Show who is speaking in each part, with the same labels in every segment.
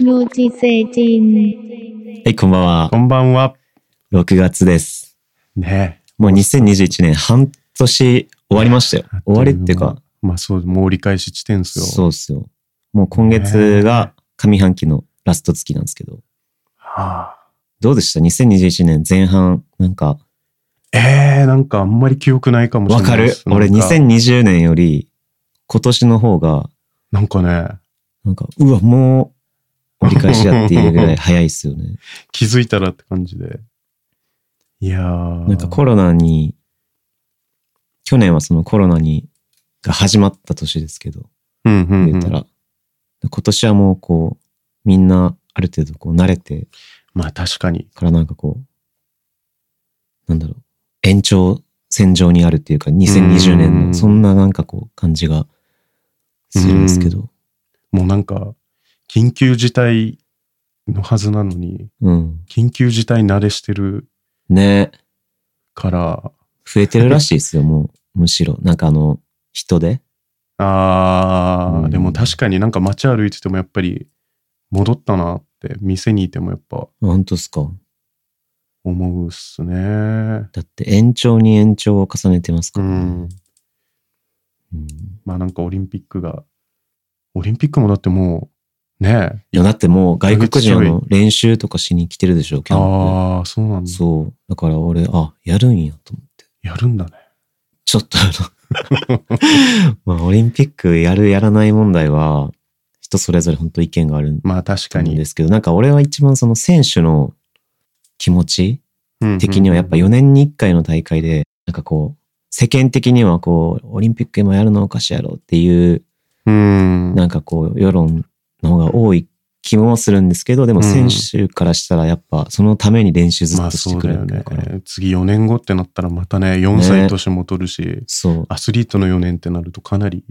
Speaker 1: 幼稚成人。
Speaker 2: はい、こんばんは
Speaker 3: こ。んばんは。
Speaker 2: 6月です。
Speaker 3: ね
Speaker 2: もう2021年半年終わりましたよ
Speaker 3: え。
Speaker 2: 終わりっていうか、。
Speaker 3: まあそう、もう折り返し地点ですよ。
Speaker 2: そうっすよ。もう今月が上半期のラスト月なんですけど、
Speaker 3: はあ
Speaker 2: どうでした ?2021 年前半、なんか、
Speaker 3: えー、なんかあんまり記憶ないかもし
Speaker 2: わ
Speaker 3: れな
Speaker 2: か
Speaker 3: いで
Speaker 2: る
Speaker 3: す。
Speaker 2: 俺
Speaker 3: なんか
Speaker 2: 2020年より今年の方が、
Speaker 3: なんかね、
Speaker 2: なんか、うわ、もう折り返しだっていうぐらい早いっすよ ね。
Speaker 3: 気づいたらって感じで。いやー。
Speaker 2: なんかコロナに、去年はそのコロナに、が始まった年ですけど、
Speaker 3: うんうんうん
Speaker 2: 言ったら、今年はもうこう、みんなある程度こう慣れて
Speaker 3: まあ確かに。
Speaker 2: からなんかこう、なんだろう、延長線上にあるっていうか、2020年
Speaker 3: うん
Speaker 2: のそんななんかこう感じがするんですけど、
Speaker 3: もうなんか、緊急事態のはずなのに、
Speaker 2: うん。
Speaker 3: 緊急事態慣れしてる
Speaker 2: ね
Speaker 3: から、
Speaker 2: 増えてるらしいですよ、もう、むしろ。なんかあの、人で。
Speaker 3: あー、
Speaker 2: うん
Speaker 3: でも確かになんか街歩いててもやっぱり戻ったなって、店にいてもやっぱ
Speaker 2: あ本当ですか。
Speaker 3: 思うっすね。
Speaker 2: だって延長に延長を重ねてますか
Speaker 3: う
Speaker 2: ら、
Speaker 3: ん。
Speaker 2: うんい
Speaker 3: まあなんかオリンピックが、オリンピックもだってもう、ねえ。
Speaker 2: や、だってもう外国人あの練習とかしに来てるでしょ、キャン
Speaker 3: ああ、そうなん
Speaker 2: プ。
Speaker 3: だ。
Speaker 2: そう。だから俺、あ、やるんやと思って。
Speaker 3: やるんだね。
Speaker 2: ちょっとあの まあ、オリンピックやるやらない問題は、人それぞれ本当意見があるん
Speaker 3: まあ確か
Speaker 2: で
Speaker 3: に。
Speaker 2: すけど、なんか俺は一番その選手の気持ち
Speaker 3: うん
Speaker 2: 的にはやっぱ4年に1回の大会で、なんかこう、世間的にはこう、オリンピック今やるのおかしいやろっていう、
Speaker 3: うん。
Speaker 2: なんかこう、世論の方が多い気もするんですけど、でも選手からしたらやっぱそのために練習ず
Speaker 3: ま
Speaker 2: っ
Speaker 3: あ
Speaker 2: とし
Speaker 3: そ
Speaker 2: て
Speaker 3: う
Speaker 2: く
Speaker 3: だ
Speaker 2: れ
Speaker 3: よ
Speaker 2: る
Speaker 3: ね
Speaker 2: から。。
Speaker 3: 次4年後ってなったらまたね、4歳年も取るし、
Speaker 2: そう、
Speaker 3: アスリートの4年ってなるとかなり、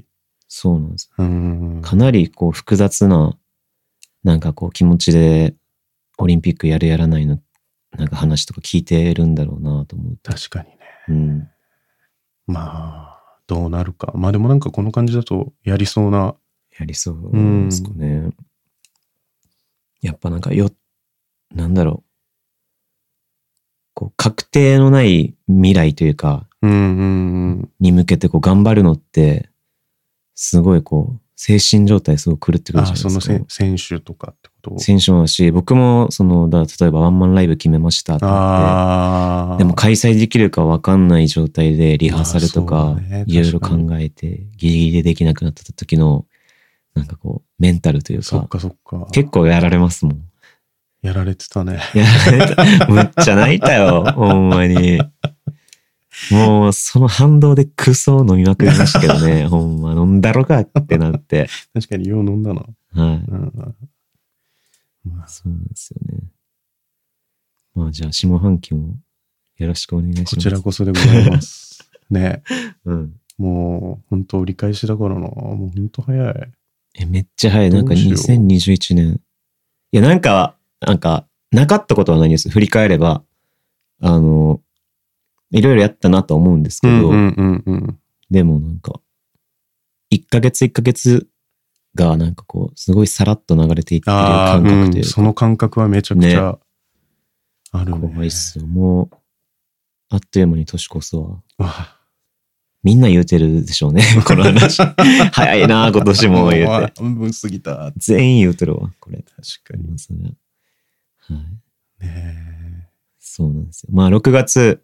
Speaker 2: そうなんです。
Speaker 3: うん。
Speaker 2: かなりこう複雑な、なんかこう気持ちでオリンピックやるやらないの、なんか話とか聞いてるんだろうなと思うと。
Speaker 3: 確かにね。
Speaker 2: うん。
Speaker 3: まあ、どうなるか。まあでもなんかこの感じだとやりそうな。
Speaker 2: やりそうですかね。やっぱなんかよ、なんだろう。こう、確定のない未来というか、
Speaker 3: うんうん
Speaker 2: に向けてこう頑張るのって、すごいこう、精神状態すごく狂って
Speaker 3: うん。
Speaker 2: くる
Speaker 3: あ
Speaker 2: じゃ
Speaker 3: あ、
Speaker 2: ない
Speaker 3: そ
Speaker 2: です
Speaker 3: の
Speaker 2: か
Speaker 3: せ。選手とかってこと
Speaker 2: 選手もだし、僕も、その、だ例えばワンマンライブ決めましたって言って
Speaker 3: ああ。
Speaker 2: でも開催できるか分かんない状態でリハーサルと
Speaker 3: まあ
Speaker 2: か
Speaker 3: そうだね
Speaker 2: いろいろ
Speaker 3: 確か
Speaker 2: 考
Speaker 3: に
Speaker 2: えてギリギリでできなくなった時のなんかこうメンタルという
Speaker 3: そっ
Speaker 2: か
Speaker 3: かそっか。
Speaker 2: 結構やられますもん。
Speaker 3: やられてたね。
Speaker 2: やられたむっちゃ泣いたよほんまに。もうその反動でクソを飲みまくりましたけど ねほんま飲んだろかってなって。
Speaker 3: 確かによう飲んだな。
Speaker 2: はい。
Speaker 3: うんまあ
Speaker 2: そうなんですよね。まあじゃあ下半期もよろしくお願いします。
Speaker 3: こちらこそでございます。 ね
Speaker 2: うん。
Speaker 3: もう本当折り返しだからな。もう本当早い。
Speaker 2: え、めっちゃ早い。なんか
Speaker 3: どうしよう
Speaker 2: 2021年。いや、なんか、なんか、なかったことはないんです。振り返れば、あの、いろいろやったなと思うんですけど、
Speaker 3: うんうん。
Speaker 2: でもなんか、1ヶ月1ヶ月がなんかこう、すごいさらっと流れていってる
Speaker 3: ああ、
Speaker 2: 感覚とい
Speaker 3: うん
Speaker 2: う
Speaker 3: そ
Speaker 2: か、
Speaker 3: の感覚はめちゃくちゃあるね。
Speaker 2: 怖いっすよ。もう、あっという間に年越すわ。
Speaker 3: わ
Speaker 2: みんな言うてるでし ょうね、この話。早いな、今年も言うて。
Speaker 3: 半分過ぎた。
Speaker 2: 全員言うてるわ、これ。
Speaker 3: 確かに。
Speaker 2: ますね。はい。
Speaker 3: ね
Speaker 2: そうなんですよ。まあ、6月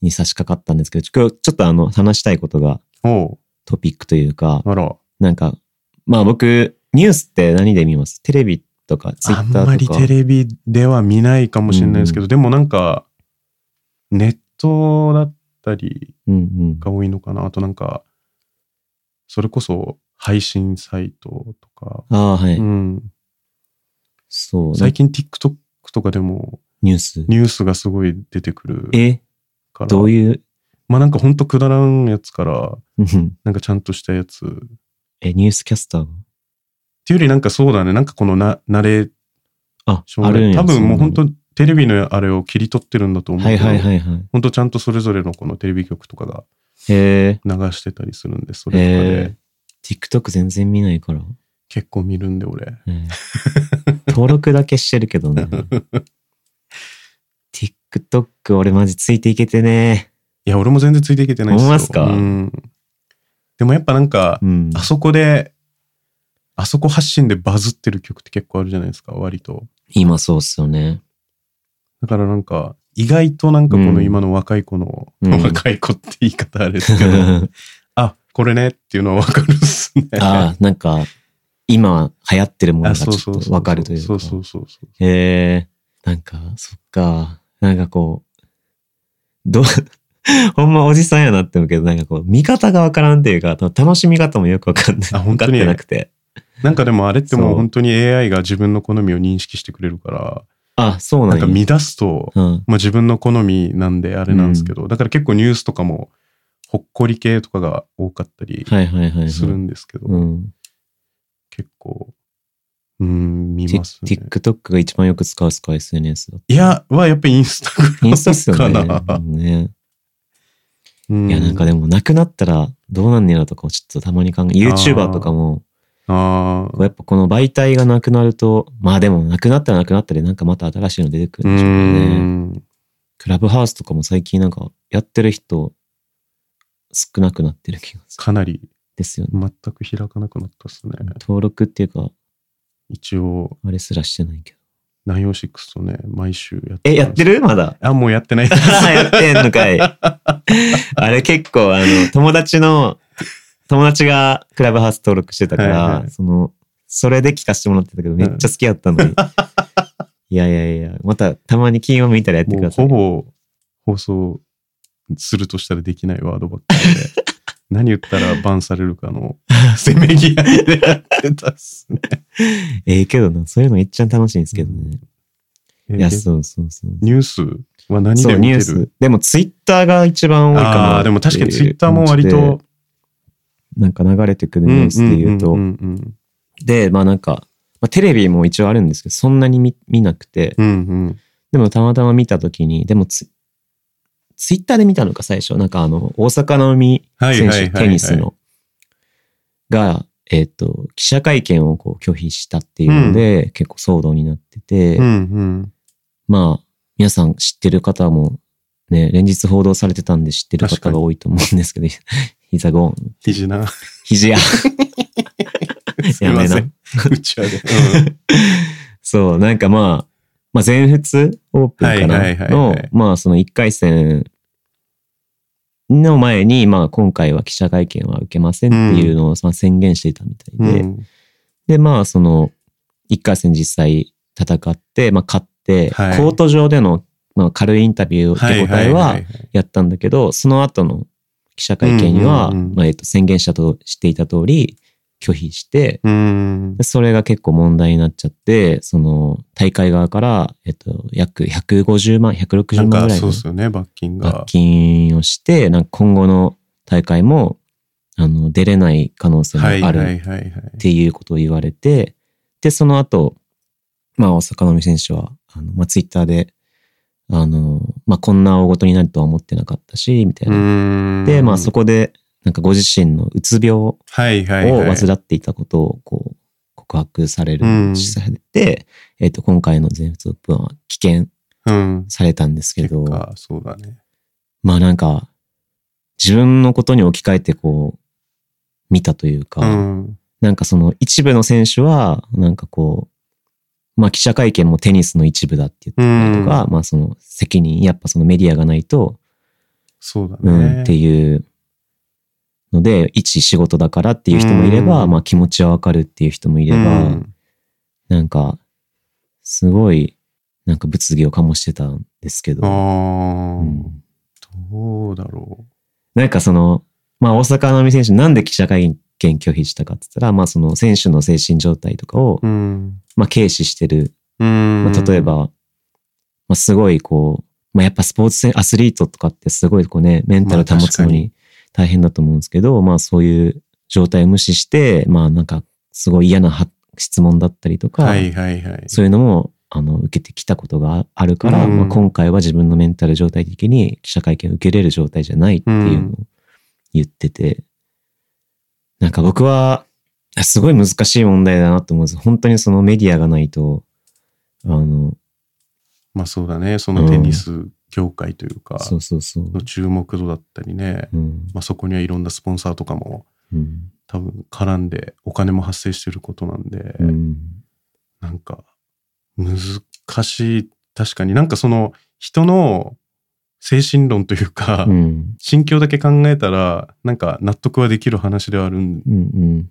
Speaker 2: に差し掛かったんですけど、ちょちょっとあの、話したいことが
Speaker 3: えお
Speaker 2: トピックというか、
Speaker 3: う、あら。
Speaker 2: なんか、まあ僕、ニュースって何で見ますテレビとか、ツイ
Speaker 3: あん
Speaker 2: ッターとか。
Speaker 3: まりテレビでは見ないかもしれないですけど、でもなんか、ネットだったり
Speaker 2: うんうん。
Speaker 3: が多いのかな。あとなんか、それこそ配信サイトとか、
Speaker 2: ああ、はい。
Speaker 3: うん、
Speaker 2: そう、
Speaker 3: 最近 TikTok とかでも
Speaker 2: ニュース。
Speaker 3: ニュースがすごい出てくる
Speaker 2: え
Speaker 3: から
Speaker 2: どういう、
Speaker 3: まあなんかほんとくだらんやつから
Speaker 2: うん
Speaker 3: なんかちゃんとしたやつっ
Speaker 2: え、ニュースキャスター
Speaker 3: ていうよりなんかそうだねなんかこのなナレー
Speaker 2: あ、
Speaker 3: シ
Speaker 2: ある
Speaker 3: ョ
Speaker 2: ん
Speaker 3: ン
Speaker 2: や
Speaker 3: 多分もう本
Speaker 2: に。
Speaker 3: 当テレビのあれを切り取ってるんだと思う
Speaker 2: は
Speaker 3: け
Speaker 2: い
Speaker 3: ど、
Speaker 2: はいはいはい。
Speaker 3: ほんとちゃんとそれぞれのこのテレビ局とかが
Speaker 2: へ
Speaker 3: 流してたりするんでそ
Speaker 2: え。
Speaker 3: れとか
Speaker 2: へ
Speaker 3: で
Speaker 2: え。TikTok 全然見ないから。
Speaker 3: 結構見るんで俺
Speaker 2: ええ登録だけしてるけ どね。TikTok 俺マジついていけてね。
Speaker 3: いや俺も全然ついていけてない
Speaker 2: ほんまっすか
Speaker 3: うんでもやっぱなんか
Speaker 2: うん。
Speaker 3: あそこであそこ発信でバズってる曲って結構あるじゃないですか割と
Speaker 2: 今そうっすよね。
Speaker 3: だからなんか意外となんかこ
Speaker 2: う
Speaker 3: の
Speaker 2: ん
Speaker 3: 今の若い子の、
Speaker 2: うん
Speaker 3: 若い子って言い方あれですけど あこれねっていうのは分かるっすね
Speaker 2: ああ、なんか、今流行ってるもの
Speaker 3: あ
Speaker 2: が
Speaker 3: そう
Speaker 2: ち
Speaker 3: そ
Speaker 2: ょ
Speaker 3: う
Speaker 2: っ
Speaker 3: そう
Speaker 2: とわかるというか。
Speaker 3: そうそうそうそう
Speaker 2: へえ、なんか、そっか。なんかこう、どう、 ほんまおじさんやなって思うけど、なんかこう、見方がわからんっていうか、楽しみ方もよくわかんない。
Speaker 3: あ本当に
Speaker 2: わかってなくて。
Speaker 3: なんかでもあれっても
Speaker 2: そうう
Speaker 3: 本当に AI が自分の好みを認識してくれるから
Speaker 2: あ、そうな
Speaker 3: なん
Speaker 2: んや。
Speaker 3: か見出すと、
Speaker 2: うん。
Speaker 3: まあ、自分の好みなんであれなんですけど、だから結構ニュースとかもほっこり系とかが多かったり
Speaker 2: はいはいはい、はい。
Speaker 3: するんですけど、
Speaker 2: うん。
Speaker 3: 結構うん見
Speaker 2: ティ
Speaker 3: ますね
Speaker 2: TikTok が一番よく使うっすか、SNS だと。
Speaker 3: いやはやっぱりインスタグ
Speaker 2: インスタっすよ
Speaker 3: ラム
Speaker 2: ね
Speaker 3: かな、。
Speaker 2: ね
Speaker 3: うん
Speaker 2: いや、なんかでも、なくなったらどうなんねやろとかもちょっとたまに考え、YouTuber とかも、
Speaker 3: あ
Speaker 2: やっぱこの媒体がなくなると、まあでも、なくなったらなくなったり、なんかまた新しいの出てく
Speaker 3: ーう
Speaker 2: るんでしょうけどね。
Speaker 3: ん
Speaker 2: クラブハウスとかも最近なんかやってる人少なくなってる気がする
Speaker 3: かなり
Speaker 2: ですよね。
Speaker 3: 全く開かなくなったっすね
Speaker 2: 登録っていうか、
Speaker 3: 一応
Speaker 2: あれすらしてないけど。
Speaker 3: ナイオシックスとね毎週やって
Speaker 2: え、やって
Speaker 3: る。
Speaker 2: るまだ
Speaker 3: あもうやってないです
Speaker 2: やってんのかい。あれ結構、あの、友達の、友達がクラブハウス登録してたから、
Speaker 3: はいはい
Speaker 2: その、それで聞かせてもらってたけど、めっちゃ好きやったのに。いやいやいや、またたまに金を見たらやってく
Speaker 3: もう
Speaker 2: ださい。
Speaker 3: ほぼ放送するとしたらできないワードばっかり で何言ったらバンされるかの せめぎ合いでやってたっすね。
Speaker 2: ええけどな、そういうの一番楽しいんですけどね。いや、
Speaker 3: え
Speaker 2: そうそうそう。
Speaker 3: ニュースは何
Speaker 2: そ
Speaker 3: で
Speaker 2: うニュ
Speaker 3: 見
Speaker 2: ー
Speaker 3: てる
Speaker 2: スでもツイッターが一番多いかな
Speaker 3: ああーでも確かにツイッターも割
Speaker 2: っていう感
Speaker 3: と
Speaker 2: じでなんか流れてくる
Speaker 3: うん
Speaker 2: ニ
Speaker 3: う
Speaker 2: ュ
Speaker 3: ん
Speaker 2: ースで言うと、
Speaker 3: うんうん
Speaker 2: でまあなんか、まあ、テレビも一応あるんですけどそんなに見見なくて
Speaker 3: うんうん
Speaker 2: でもたまたま見た時にでもツツイッターで見たのか最初なんかあの大阪の海
Speaker 3: はい
Speaker 2: 選
Speaker 3: はいはいは
Speaker 2: 手テ
Speaker 3: い
Speaker 2: ニスのがえっ、と記者会見をこう拒否したっていうので、結構騒動になってて、
Speaker 3: うんうん
Speaker 2: まあ、皆さん知ってる方も、ね、連日報道されてたんで知ってる
Speaker 3: 確か
Speaker 2: 方が
Speaker 3: に
Speaker 2: 多いと思うんですけど、 膝ゴン、
Speaker 3: 肘な
Speaker 2: 肘や、
Speaker 3: すい
Speaker 2: や
Speaker 3: ま
Speaker 2: め
Speaker 3: せ
Speaker 2: な。
Speaker 3: んうちわ で、
Speaker 2: そう、なんかまあ、まあ、全仏オープンか
Speaker 3: はいはいはいは
Speaker 2: な、
Speaker 3: い
Speaker 2: の、まあ、その1回戦の前に、まあ、今回は記者会見は受けませんっていうのをまあ宣言していたみたい
Speaker 3: うん
Speaker 2: で、
Speaker 3: うん
Speaker 2: で、まあ、その、1回戦実際戦って、まあ、勝って、
Speaker 3: はい
Speaker 2: コート上での、まあ、軽いインタビュー
Speaker 3: は
Speaker 2: 手
Speaker 3: い
Speaker 2: 応
Speaker 3: はい
Speaker 2: えは
Speaker 3: はい、
Speaker 2: やったんだけど、その後の記者会見には、
Speaker 3: うんうんうん
Speaker 2: まあえっと宣言したとしていた通り、拒否して、
Speaker 3: うん
Speaker 2: でそれが結構問題になっちゃって、その大会側から、えっと、約150万、
Speaker 3: な
Speaker 2: 160
Speaker 3: ん
Speaker 2: 万ぐ
Speaker 3: から
Speaker 2: い
Speaker 3: そう
Speaker 2: の
Speaker 3: っすよね罰金が
Speaker 2: 罰金をして、なんか今後の大会も、あの、出れない可能性も
Speaker 3: はいは
Speaker 2: あ
Speaker 3: いは
Speaker 2: る
Speaker 3: いはい
Speaker 2: っていうことを言われて、で、その後、まあ、大坂のみ選手は、あの、まあ、ツイッターで、あの、まあ、こんな大事になるとは思ってなかったし、みたいうな。
Speaker 3: ん
Speaker 2: で、まあ、そこで、なんかご自身のうつ病を
Speaker 3: はいはいはい
Speaker 2: 患っていたことを、こう、告白される
Speaker 3: うん、
Speaker 2: されて、えっと、今回の全仏オープンは棄権
Speaker 3: うん
Speaker 2: されたんですけど、
Speaker 3: 結果そうだね
Speaker 2: まあ、なんか、自分のことに置き換えて、こう、見たというか、
Speaker 3: うん
Speaker 2: なんかその一部の選手は、なんかこう、まあ記者会見もテニスの一部だって言ってたりとか、まあその責任、やっぱそのメディアがないと、
Speaker 3: そうだね、
Speaker 2: うんっていうので、一仕事だからっていう人もいれば、
Speaker 3: うん
Speaker 2: まあ気持ちはわかるっていう人もいれば、
Speaker 3: うん
Speaker 2: なんか、すごい、なんか物議を醸してたんですけ
Speaker 3: あ
Speaker 2: ど、
Speaker 3: ー
Speaker 2: うん
Speaker 3: どうだろ
Speaker 2: なんかその、まあ大坂なおみ選手なんで記者会見拒否したかって言ったら、まあその選手の精神状態とかを
Speaker 3: う、うん
Speaker 2: まあ軽視してる
Speaker 3: うん
Speaker 2: まあ、例えば、まあ、すごいこう、まあ、やっぱスポーツ選アスリートとかってすごいこうね、メンタル保つのに大変だと思うんですけど、まあそういう状態を無視して、まあなんかすごい嫌なは質問だったりとか、
Speaker 3: はいはいはい。
Speaker 2: そういうのも、あの、受けてきたことがあるから、
Speaker 3: うん
Speaker 2: まあ、今回は自分のメンタル状態的に記者会見を受けれる状態じゃないっていうのを言ってて、なんか僕は、すごい難しい問題だなと思うんです。本当にそのメディアがないと、あの、
Speaker 3: まあそうだね。そのテニス業界というか、
Speaker 2: そうそうそう。
Speaker 3: の注目度だったりね。
Speaker 2: うん。
Speaker 3: まあそこにはいろんなスポンサーとかも
Speaker 2: うん。
Speaker 3: 多分絡んでお金も発生してることなんで、
Speaker 2: うん。
Speaker 3: なんか難しい。確かになんかその人の精神論というか、
Speaker 2: うん。
Speaker 3: 心境だけ考えたらなんか納得はできる話ではあるん
Speaker 2: うん。うん。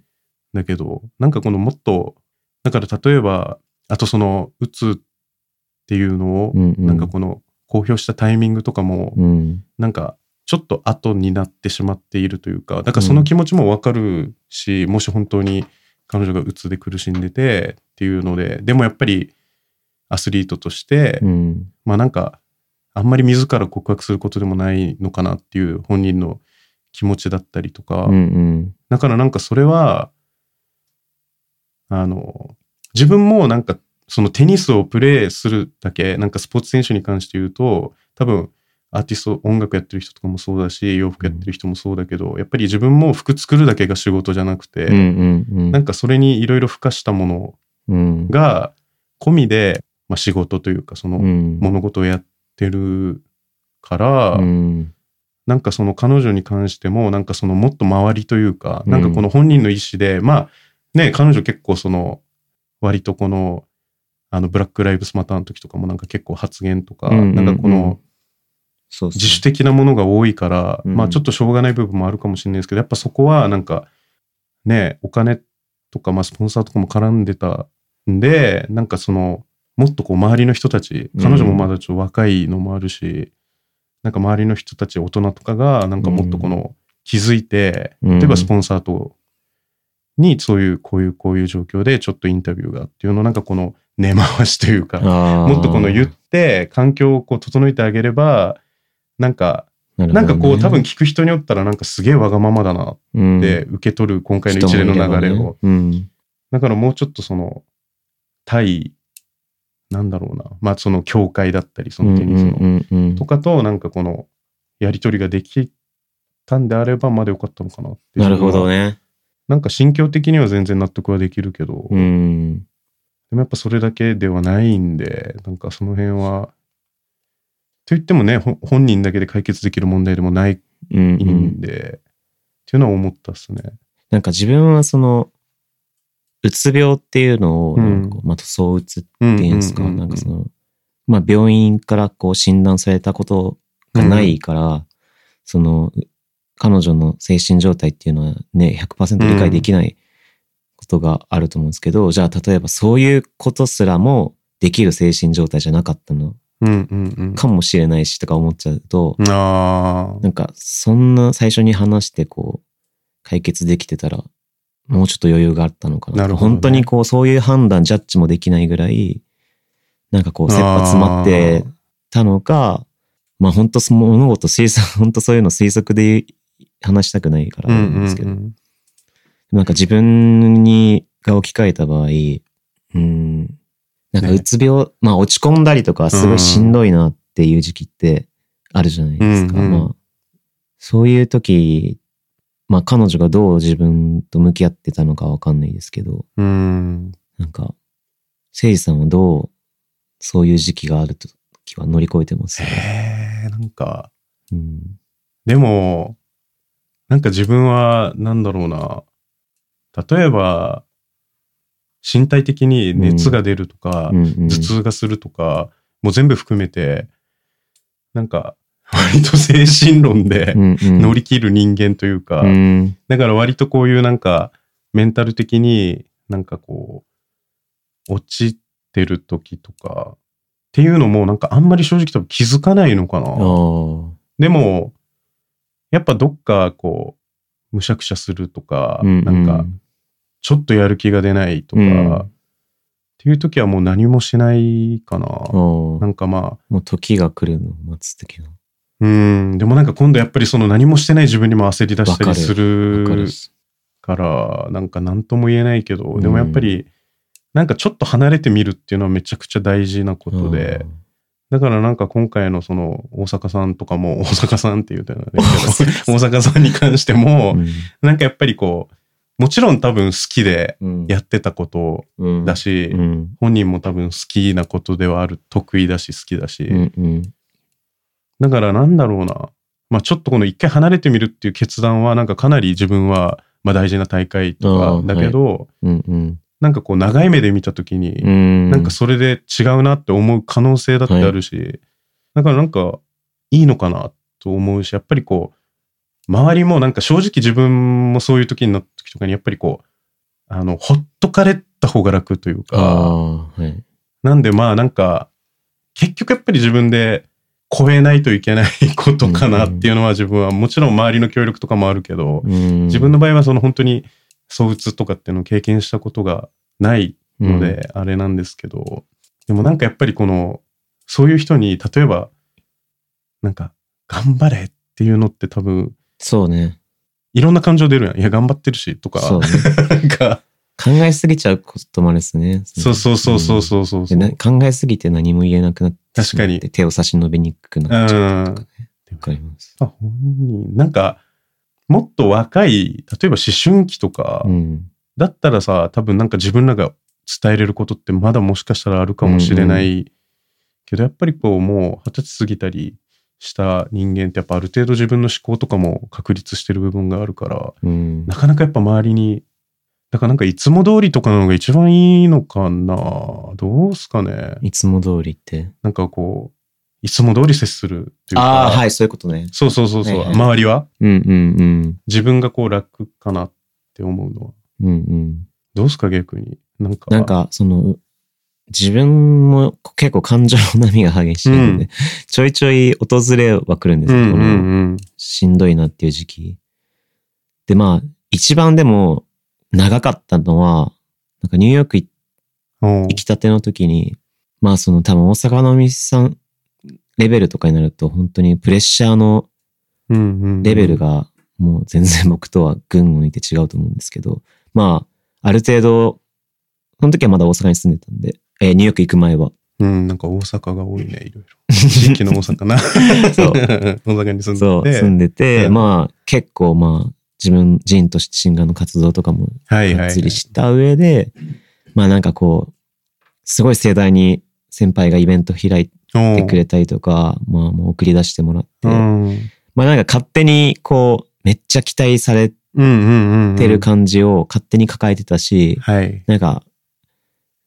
Speaker 3: だけどなんかこのもっとだから例えばあとその打つっていうのを
Speaker 2: うん。うん
Speaker 3: なんかこの公表したタイミングとかも
Speaker 2: うん。
Speaker 3: なんかちょっと後になってしまっているというかだからその気持ちもわかるし、もし本当に彼女がうつで苦しんでてっていうのででもやっぱりアスリートとして、
Speaker 2: うん。
Speaker 3: まあなんかあんまり自ら告白することでもないのかなっていう本人の気持ちだったりとか、
Speaker 2: うん。うん。
Speaker 3: だからなんかそれは、あの、自分もなんかそのテニスをプレーするだけ、なんかスポーツ選手に関して言うと、多分アーティスト、音楽やってる人とかもそうだし、洋服やってる人もそうだけど、やっぱり自分も服作るだけが仕事じゃなくて、
Speaker 2: うん。うん
Speaker 3: なんかそれにいろいろ付加したもの
Speaker 2: うん。
Speaker 3: が込みで、まあ、仕事というかその
Speaker 2: うん。
Speaker 3: 物事をやってるから、
Speaker 2: うん。
Speaker 3: なんかその彼女に関しても、なんかそのもっと周りというか、
Speaker 2: うん
Speaker 3: なんかこの本人の意思で、まあね、彼女結構その、割とこの、あの、ブラック・ライブスマターの時とかもなんか結構発言とか、
Speaker 2: うんうんうん
Speaker 3: なんかこの
Speaker 2: そうそう
Speaker 3: 自主的なものが多いから、
Speaker 2: うん
Speaker 3: まあちょっとしょうがない部分もあるかもしれないですけど、やっぱそこはなんか、ね、お金とか、まあスポンサーとかも絡んでたんで、なんかその、もっとこう周りの人たち、彼女もまだちょっと若いのもあるし、なんか周りの人たち大人とかがなんかもっとこの気づいて、
Speaker 2: うん
Speaker 3: 例えばスポンサーとにそういうこういうこういう状況でちょっとインタビューがっていうのをなんかこの根回しというかも
Speaker 2: も
Speaker 3: っとこの言って環境をこう整えてあげればなんか
Speaker 2: なるほ
Speaker 3: な
Speaker 2: どね
Speaker 3: んかこう多分聞く人によったらなんかすげえわがままだなっ
Speaker 2: うん
Speaker 3: て受け取る今回の一連の流れを。
Speaker 2: うん。
Speaker 3: だからもうちょっとその対なんだろうなまあその境界だったりそのテニスのとかとなんかこのやり取りができたんであればまだよかったのかなって
Speaker 2: なるほど
Speaker 3: ね
Speaker 2: ね。
Speaker 3: なんか心境的には全然納得はできるけど、
Speaker 2: う
Speaker 3: で
Speaker 2: ん。
Speaker 3: もやっぱそれだけではないんでなんかその辺はと言ってもねほ本人だけで解決できる問題でもない
Speaker 2: うんうん
Speaker 3: んで、っていうのは思ったっすね。
Speaker 2: なんか自分はその、うつ病っていうのを、
Speaker 3: う
Speaker 2: なんんかこうまあ、そううつって
Speaker 3: う
Speaker 2: いうんですか、なんかその、まあ、病院からこう診断されたことがないから、その、彼女の精神状態っていうのはね、100%理解できないことがあると思うんですけど、じゃあ、例えばそういうことすらもできる精神状態じゃなかったの
Speaker 3: うんうんうん
Speaker 2: かもしれないしとか思っちゃうと、
Speaker 3: あ
Speaker 2: なんか、そんな最初に話して、こう、解決できてたら、もうちょっと余裕があったのかな。
Speaker 3: なるほどね
Speaker 2: 本当にこう、そういう判断、ジャッジもできないぐらい、なんかこう、切羽詰まってたのか、まあ本当その物事推測、 本当そういうの推測で話したくないか
Speaker 3: あ
Speaker 2: らなんですけど、
Speaker 3: うん
Speaker 2: なんか自分に、が置き換えた場合、うん、なんか
Speaker 3: ね
Speaker 2: うつ病、まあ落ち込んだりとか、すごいしんどいなっていう時期ってあるじゃないですか。
Speaker 3: うんうん
Speaker 2: まあ、そういう時、まあ彼女がどう自分と向き合ってたのかわかんないですけど、
Speaker 3: うんうん
Speaker 2: なんか、誠治さんはどう、そういう時期がある時は乗り越えてます
Speaker 3: へえなんか
Speaker 2: うん。
Speaker 3: でも、なんか自分は、なんだろうな。例えば、身体的に熱が出るとか、
Speaker 2: うんうん
Speaker 3: 頭痛がするとか、もう全部含めて、なんか、 割と精神論で
Speaker 2: うんうん
Speaker 3: 乗り切る人間というか、
Speaker 2: うん
Speaker 3: だから割とこういうなんか、メンタル的になんかこう、落ちてる時とか、っていうのもなんかあんまり正直多分気づかないのかな。
Speaker 2: ああ。
Speaker 3: でも、やっぱどっかこう、むしゃくしゃするとか、
Speaker 2: うう
Speaker 3: なんか、ちょっとやる気が出ないとか、
Speaker 2: うん
Speaker 3: ていう時はもう何もしないかな。
Speaker 2: お
Speaker 3: な
Speaker 2: ー
Speaker 3: んかまあ、
Speaker 2: もう時が来るのを待つ的な。
Speaker 3: うん、でもなんか今度やっぱりその何もしてない自分にも焦り出した
Speaker 2: わ
Speaker 3: り
Speaker 2: かる
Speaker 3: す
Speaker 2: わか
Speaker 3: る
Speaker 2: るし。
Speaker 3: から、なんか何とも言えないけど、
Speaker 2: ん
Speaker 3: でもやっぱり、なんかちょっと離れてみるっていうのはめちゃくちゃ大事なことで、だからなんか今回のその大阪さんとかも、大 阪さんって言う たらね、大阪さんに関して
Speaker 2: う
Speaker 3: も、
Speaker 2: ん、
Speaker 3: なんかやっぱりこう、もちろん多分好きで
Speaker 2: うん
Speaker 3: やってたこと
Speaker 2: うん
Speaker 3: だし、
Speaker 2: うん
Speaker 3: 本人も多分好きなことではある、得意だし好きだし、
Speaker 2: うんうん
Speaker 3: だからなんだろうな。まあちょっとこの一回離れてみるっていう決断はなんかかなり自分はまあ大事な大会
Speaker 2: あ
Speaker 3: と
Speaker 2: ー
Speaker 3: かだけど、
Speaker 2: うんうん
Speaker 3: なんかこう長い目で見た時に、
Speaker 2: うん
Speaker 3: なんかそれで違うなって思う可能性だってあるし、だからなんかいいのかなと思うし、やっぱりこう、周りもなんか正直自分もそういう時になった時とかにやっぱりこう、あの、ほっとかれた方が楽というか、
Speaker 2: ああーはい
Speaker 3: なんでまあなんか、結局やっぱり自分で超えないといけないことかなっていうのは自分はもちろん周りの協力とかもあるけど、
Speaker 2: うん
Speaker 3: 自分の場合はその本当に相うつとかっていうのを経験したことがないので、あれなんですけど、でもなんかやっぱりこの、そういう人に例えば、なんか、頑張れっていうのって多分、
Speaker 2: そうね
Speaker 3: いろんな感情出るやん。いや、頑張ってるしと
Speaker 2: そう
Speaker 3: か、
Speaker 2: ね
Speaker 3: なんか、
Speaker 2: 考えすぎちゃうこともあるですね
Speaker 3: そうそうそうそうそうそう
Speaker 2: で
Speaker 3: そう。
Speaker 2: な考えすぎて何も言えなくなって
Speaker 3: 確かに
Speaker 2: しまって手を差し伸べにくくなっちゃったりとかね
Speaker 3: うん
Speaker 2: わかります
Speaker 3: あ本人なんかもっと若い例えば思春期とか、
Speaker 2: うん
Speaker 3: だったらさ多分なんか自分らが伝えれることってまだもしかしたらあるかもしれない、けどやっぱりこうもう二十歳過ぎたりした人間ってやっぱある程度自分の思考とかも確立してる部分があるから
Speaker 2: うん
Speaker 3: なかなかやっぱ周りにだからなんかいつも通りとかの方が一番いいのかなどうすかね
Speaker 2: いつも通りって
Speaker 3: なんかこういつも通り接するっていうか
Speaker 2: ああーはいそういうことね
Speaker 3: そうそうそうそう、
Speaker 2: はいはい
Speaker 3: 周りは
Speaker 2: うんうん
Speaker 3: 自分がこう楽かなって思うのは。
Speaker 2: うんうんうん
Speaker 3: どうっすか逆に。なんか。
Speaker 2: なんか、その、自分も結構感情の波が激しいので、
Speaker 3: うん
Speaker 2: ちょいちょい訪れは来るんで
Speaker 3: う
Speaker 2: す
Speaker 3: ん
Speaker 2: け
Speaker 3: う
Speaker 2: ど、
Speaker 3: んうん。
Speaker 2: しんどいなっていう時期。で、まあ、一番でも長かったのは、なんかニューヨーク行
Speaker 3: おう
Speaker 2: 行きたての時に、まあその多分大阪のお店さんレベルとかになると本当にプレッシャーの
Speaker 3: うんうん
Speaker 2: レベル。がもう全然僕とは群を抜いて違うと思うんですけど、まあ、ある程度、その時はまだ大阪に住んでたんで、えーニューヨーク行く前は。
Speaker 3: うん、なんか大阪が多いね、いろいろ。地域の大阪な。
Speaker 2: そう
Speaker 3: 大阪に住
Speaker 2: そ
Speaker 3: ん
Speaker 2: う、
Speaker 3: でて。
Speaker 2: 住んでて、
Speaker 3: うん
Speaker 2: まあ、結構まあ、自分、人としてシンガーの活動とかも、
Speaker 3: はいはい
Speaker 2: が
Speaker 3: は
Speaker 2: っ
Speaker 3: い。
Speaker 2: つりした上で、まあなんかこう、すごい盛大に先輩がイベント開いてくれたりとか、まあもう送り出してもらって、
Speaker 3: おううん。うん
Speaker 2: まあなんか勝手にこう、めっちゃ期待され
Speaker 3: うんうん。
Speaker 2: てる感じを勝手に抱えてたし、
Speaker 3: はい。
Speaker 2: なんか、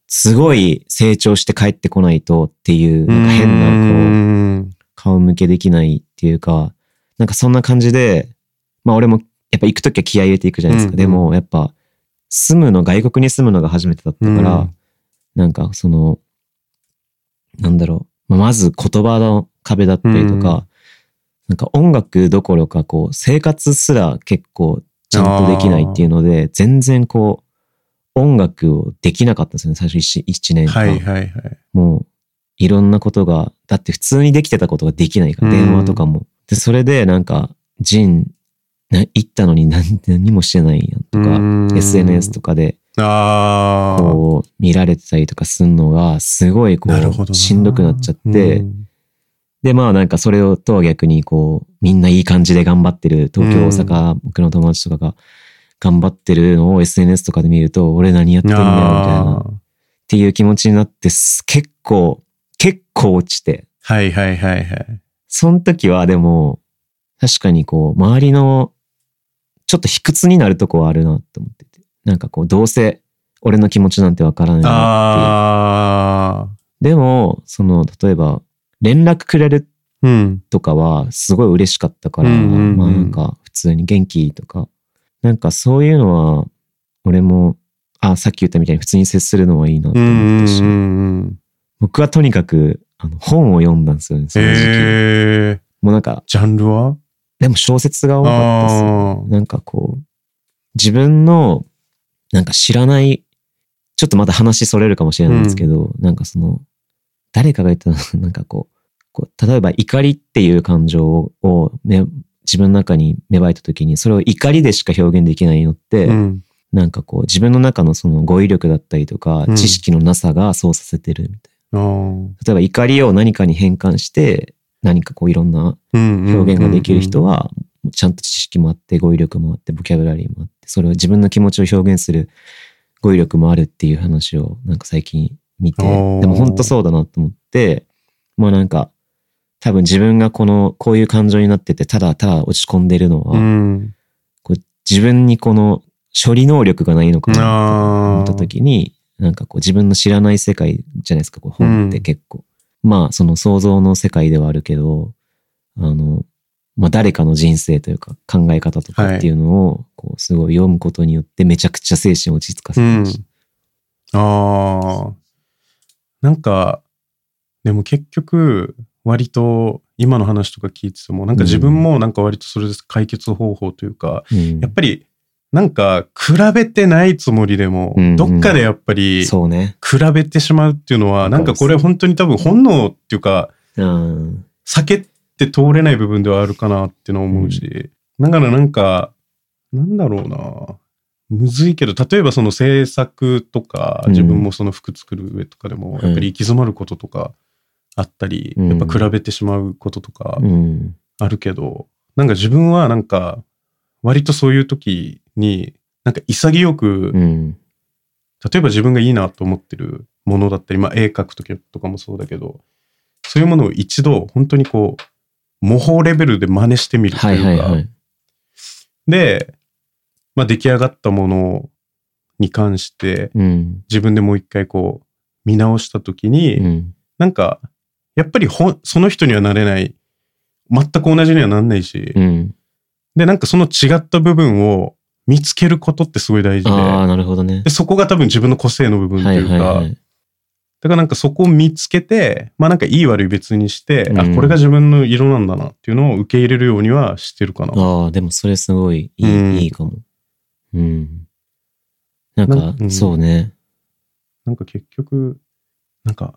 Speaker 2: すごい成長して帰ってこないとっていう、なんか変な、こう、
Speaker 3: な、
Speaker 2: 顔向けできないっていうか、なんかそんな感じで、まあ俺も、やっぱ行くときは気合い入れていくじゃないですか。
Speaker 3: うん
Speaker 2: でも、やっぱ、住むの、外国に住むのが初めてだったから、
Speaker 3: うん
Speaker 2: なんかその、なんだろう、まあまず言葉の壁だったりとか、なんか音楽どころか、こう、生活すら結構ちゃんとできないっていうので、全然こう、音楽をできなかったんですよね、最初 1, 年間。
Speaker 3: はいはいはい。
Speaker 2: もう、いろんなことが、だって普通にできてたことができないから、
Speaker 3: うん
Speaker 2: 電話とかも。で、それでなんか、ジン、な行ったのに何何もしてないやんとか、
Speaker 3: か
Speaker 2: SNS とかで
Speaker 3: か。ああ。
Speaker 2: こう見られてたりとかするのが、すごいこ
Speaker 3: なるほど
Speaker 2: う、しんどくなっちゃって、
Speaker 3: うん
Speaker 2: で、まあなんかそれをとは逆にこう、みんないい感じで頑張ってる、東京、
Speaker 3: うん
Speaker 2: 大阪、僕の友達とかが頑張ってるのを SNS とかで見ると、俺何やってるんだよ、みたいな、
Speaker 3: あ
Speaker 2: っ
Speaker 3: ー
Speaker 2: ていう気持ちになってす、結構、結構落ちて。
Speaker 3: はいはいはいはい。
Speaker 2: その時はでも、確かにこう、周りの、ちょっと卑屈になるとこはあるなと思ってて。なんかこう、どうせ、俺の気持ちなんてわからないなっていう
Speaker 3: ああ。
Speaker 2: でも、その、例えば、連絡くれる
Speaker 3: うん。
Speaker 2: とかはすごい嬉しかったから、
Speaker 3: うんうんうん
Speaker 2: まあなんか普通に元気とか、なんかそういうのは、俺も、あ、さっき言ったみたいに普通に接するのはいいなと
Speaker 3: うん
Speaker 2: 思ったし、
Speaker 3: うんうんうん
Speaker 2: 僕はとにかくあの本を読んだんですよね、その時期。
Speaker 3: えー、
Speaker 2: もうなんか、
Speaker 3: ジャンルは
Speaker 2: でも小説が多かったですね。
Speaker 3: ああ
Speaker 2: なんかこう、自分の、なんか知らないちょっとまた話それるかもしれないんですけど、なんかその、誰かが言ったの なんかこう、こう例えば怒りっていう感情ををね、自分の中に芽生えた時に、それを怒りでしか表現できないのって、
Speaker 3: うん
Speaker 2: なんかこう、自分の中のその語彙力だったりとか
Speaker 3: う、ん
Speaker 2: 知識のなさがそうさせてるみたいな。
Speaker 3: あー
Speaker 2: 例えば怒りを何かに変換して、何かこういろんな
Speaker 3: うんうん
Speaker 2: 表現ができる人は、ちゃんと知識もあって、語彙力もあって、ボキャブラリーもあって、それを自分の気持ちを表現する語彙力もあるっていう話を、なんか最近見て、
Speaker 3: あー
Speaker 2: でも本当そうだなと思って、まあなんか、多分自分がこの、こういう感情になってて、ただただ落ち込んでるのは、
Speaker 3: うん
Speaker 2: こう自分にこの処理能力がないのかな
Speaker 3: あー
Speaker 2: って思った時に、なんかこう自分の知らない世界じゃないですか、こう本って結構。まあその想像の世界ではあるけど、あの、まあ誰かの人生というか考え方とかっていうのを、こうすごい読むことによってめちゃくちゃ精神を落ち着かせました。
Speaker 3: ああ。なんか、でも結局、割と今の話とか聞いてても、なんか自分もなんか割とそれです解決方法というか、
Speaker 2: うん
Speaker 3: やっぱりなんか比べてないつもりでも
Speaker 2: うんう、ん
Speaker 3: どっかでやっぱり比
Speaker 2: そうね。
Speaker 3: べてしまうっていうのは、なんかこれ本当に多分本能っていうか、
Speaker 2: うん。
Speaker 3: 避けて通れない部分ではあるかなってのは思うし、だからなんか、なんだろうな、むずいけど、例えばその制作とか、
Speaker 2: うん
Speaker 3: 自分もその服作る上とかでも、
Speaker 2: うん
Speaker 3: やっぱり行き詰まることとかあったり、
Speaker 2: うん
Speaker 3: やっぱ比べてしまうこととか
Speaker 2: うん。
Speaker 3: あるけど、なんか自分はなんか、割とそういう時に、なんか潔く、
Speaker 2: うん。
Speaker 3: 例えば自分がいいなと思ってるものだったり、まあ、絵描く時とかもそうだけどそういうものを一度本当にこう模倣レベルで真似してみると
Speaker 2: はいいう
Speaker 3: か、
Speaker 2: はいはい。
Speaker 3: で、まあ、出来上がったものに関して
Speaker 2: うん。
Speaker 3: 自分でもう一回こう見直した時に、
Speaker 2: うん。
Speaker 3: なんかやっぱりほんその人にはなれない全く同じにはなんないし、
Speaker 2: うん。
Speaker 3: でなんかその違った部分を見つけることってすごい大事
Speaker 2: ああ、
Speaker 3: で
Speaker 2: なるほどね
Speaker 3: で。そこが多分自分の個性の部分と
Speaker 2: はいいうはい
Speaker 3: か、
Speaker 2: はい。
Speaker 3: だからなんかそこを見つけて、まあなんかいい悪い別にして、
Speaker 2: うん
Speaker 3: あ、これが自分の色なんだなっていうのを受け入れるようにはしてるかな。
Speaker 2: ああ、でもそれすごいいい,、
Speaker 3: うん
Speaker 2: いいかも。うん。なんか、
Speaker 3: なんうん
Speaker 2: そうね。
Speaker 3: なんか結局、なんか、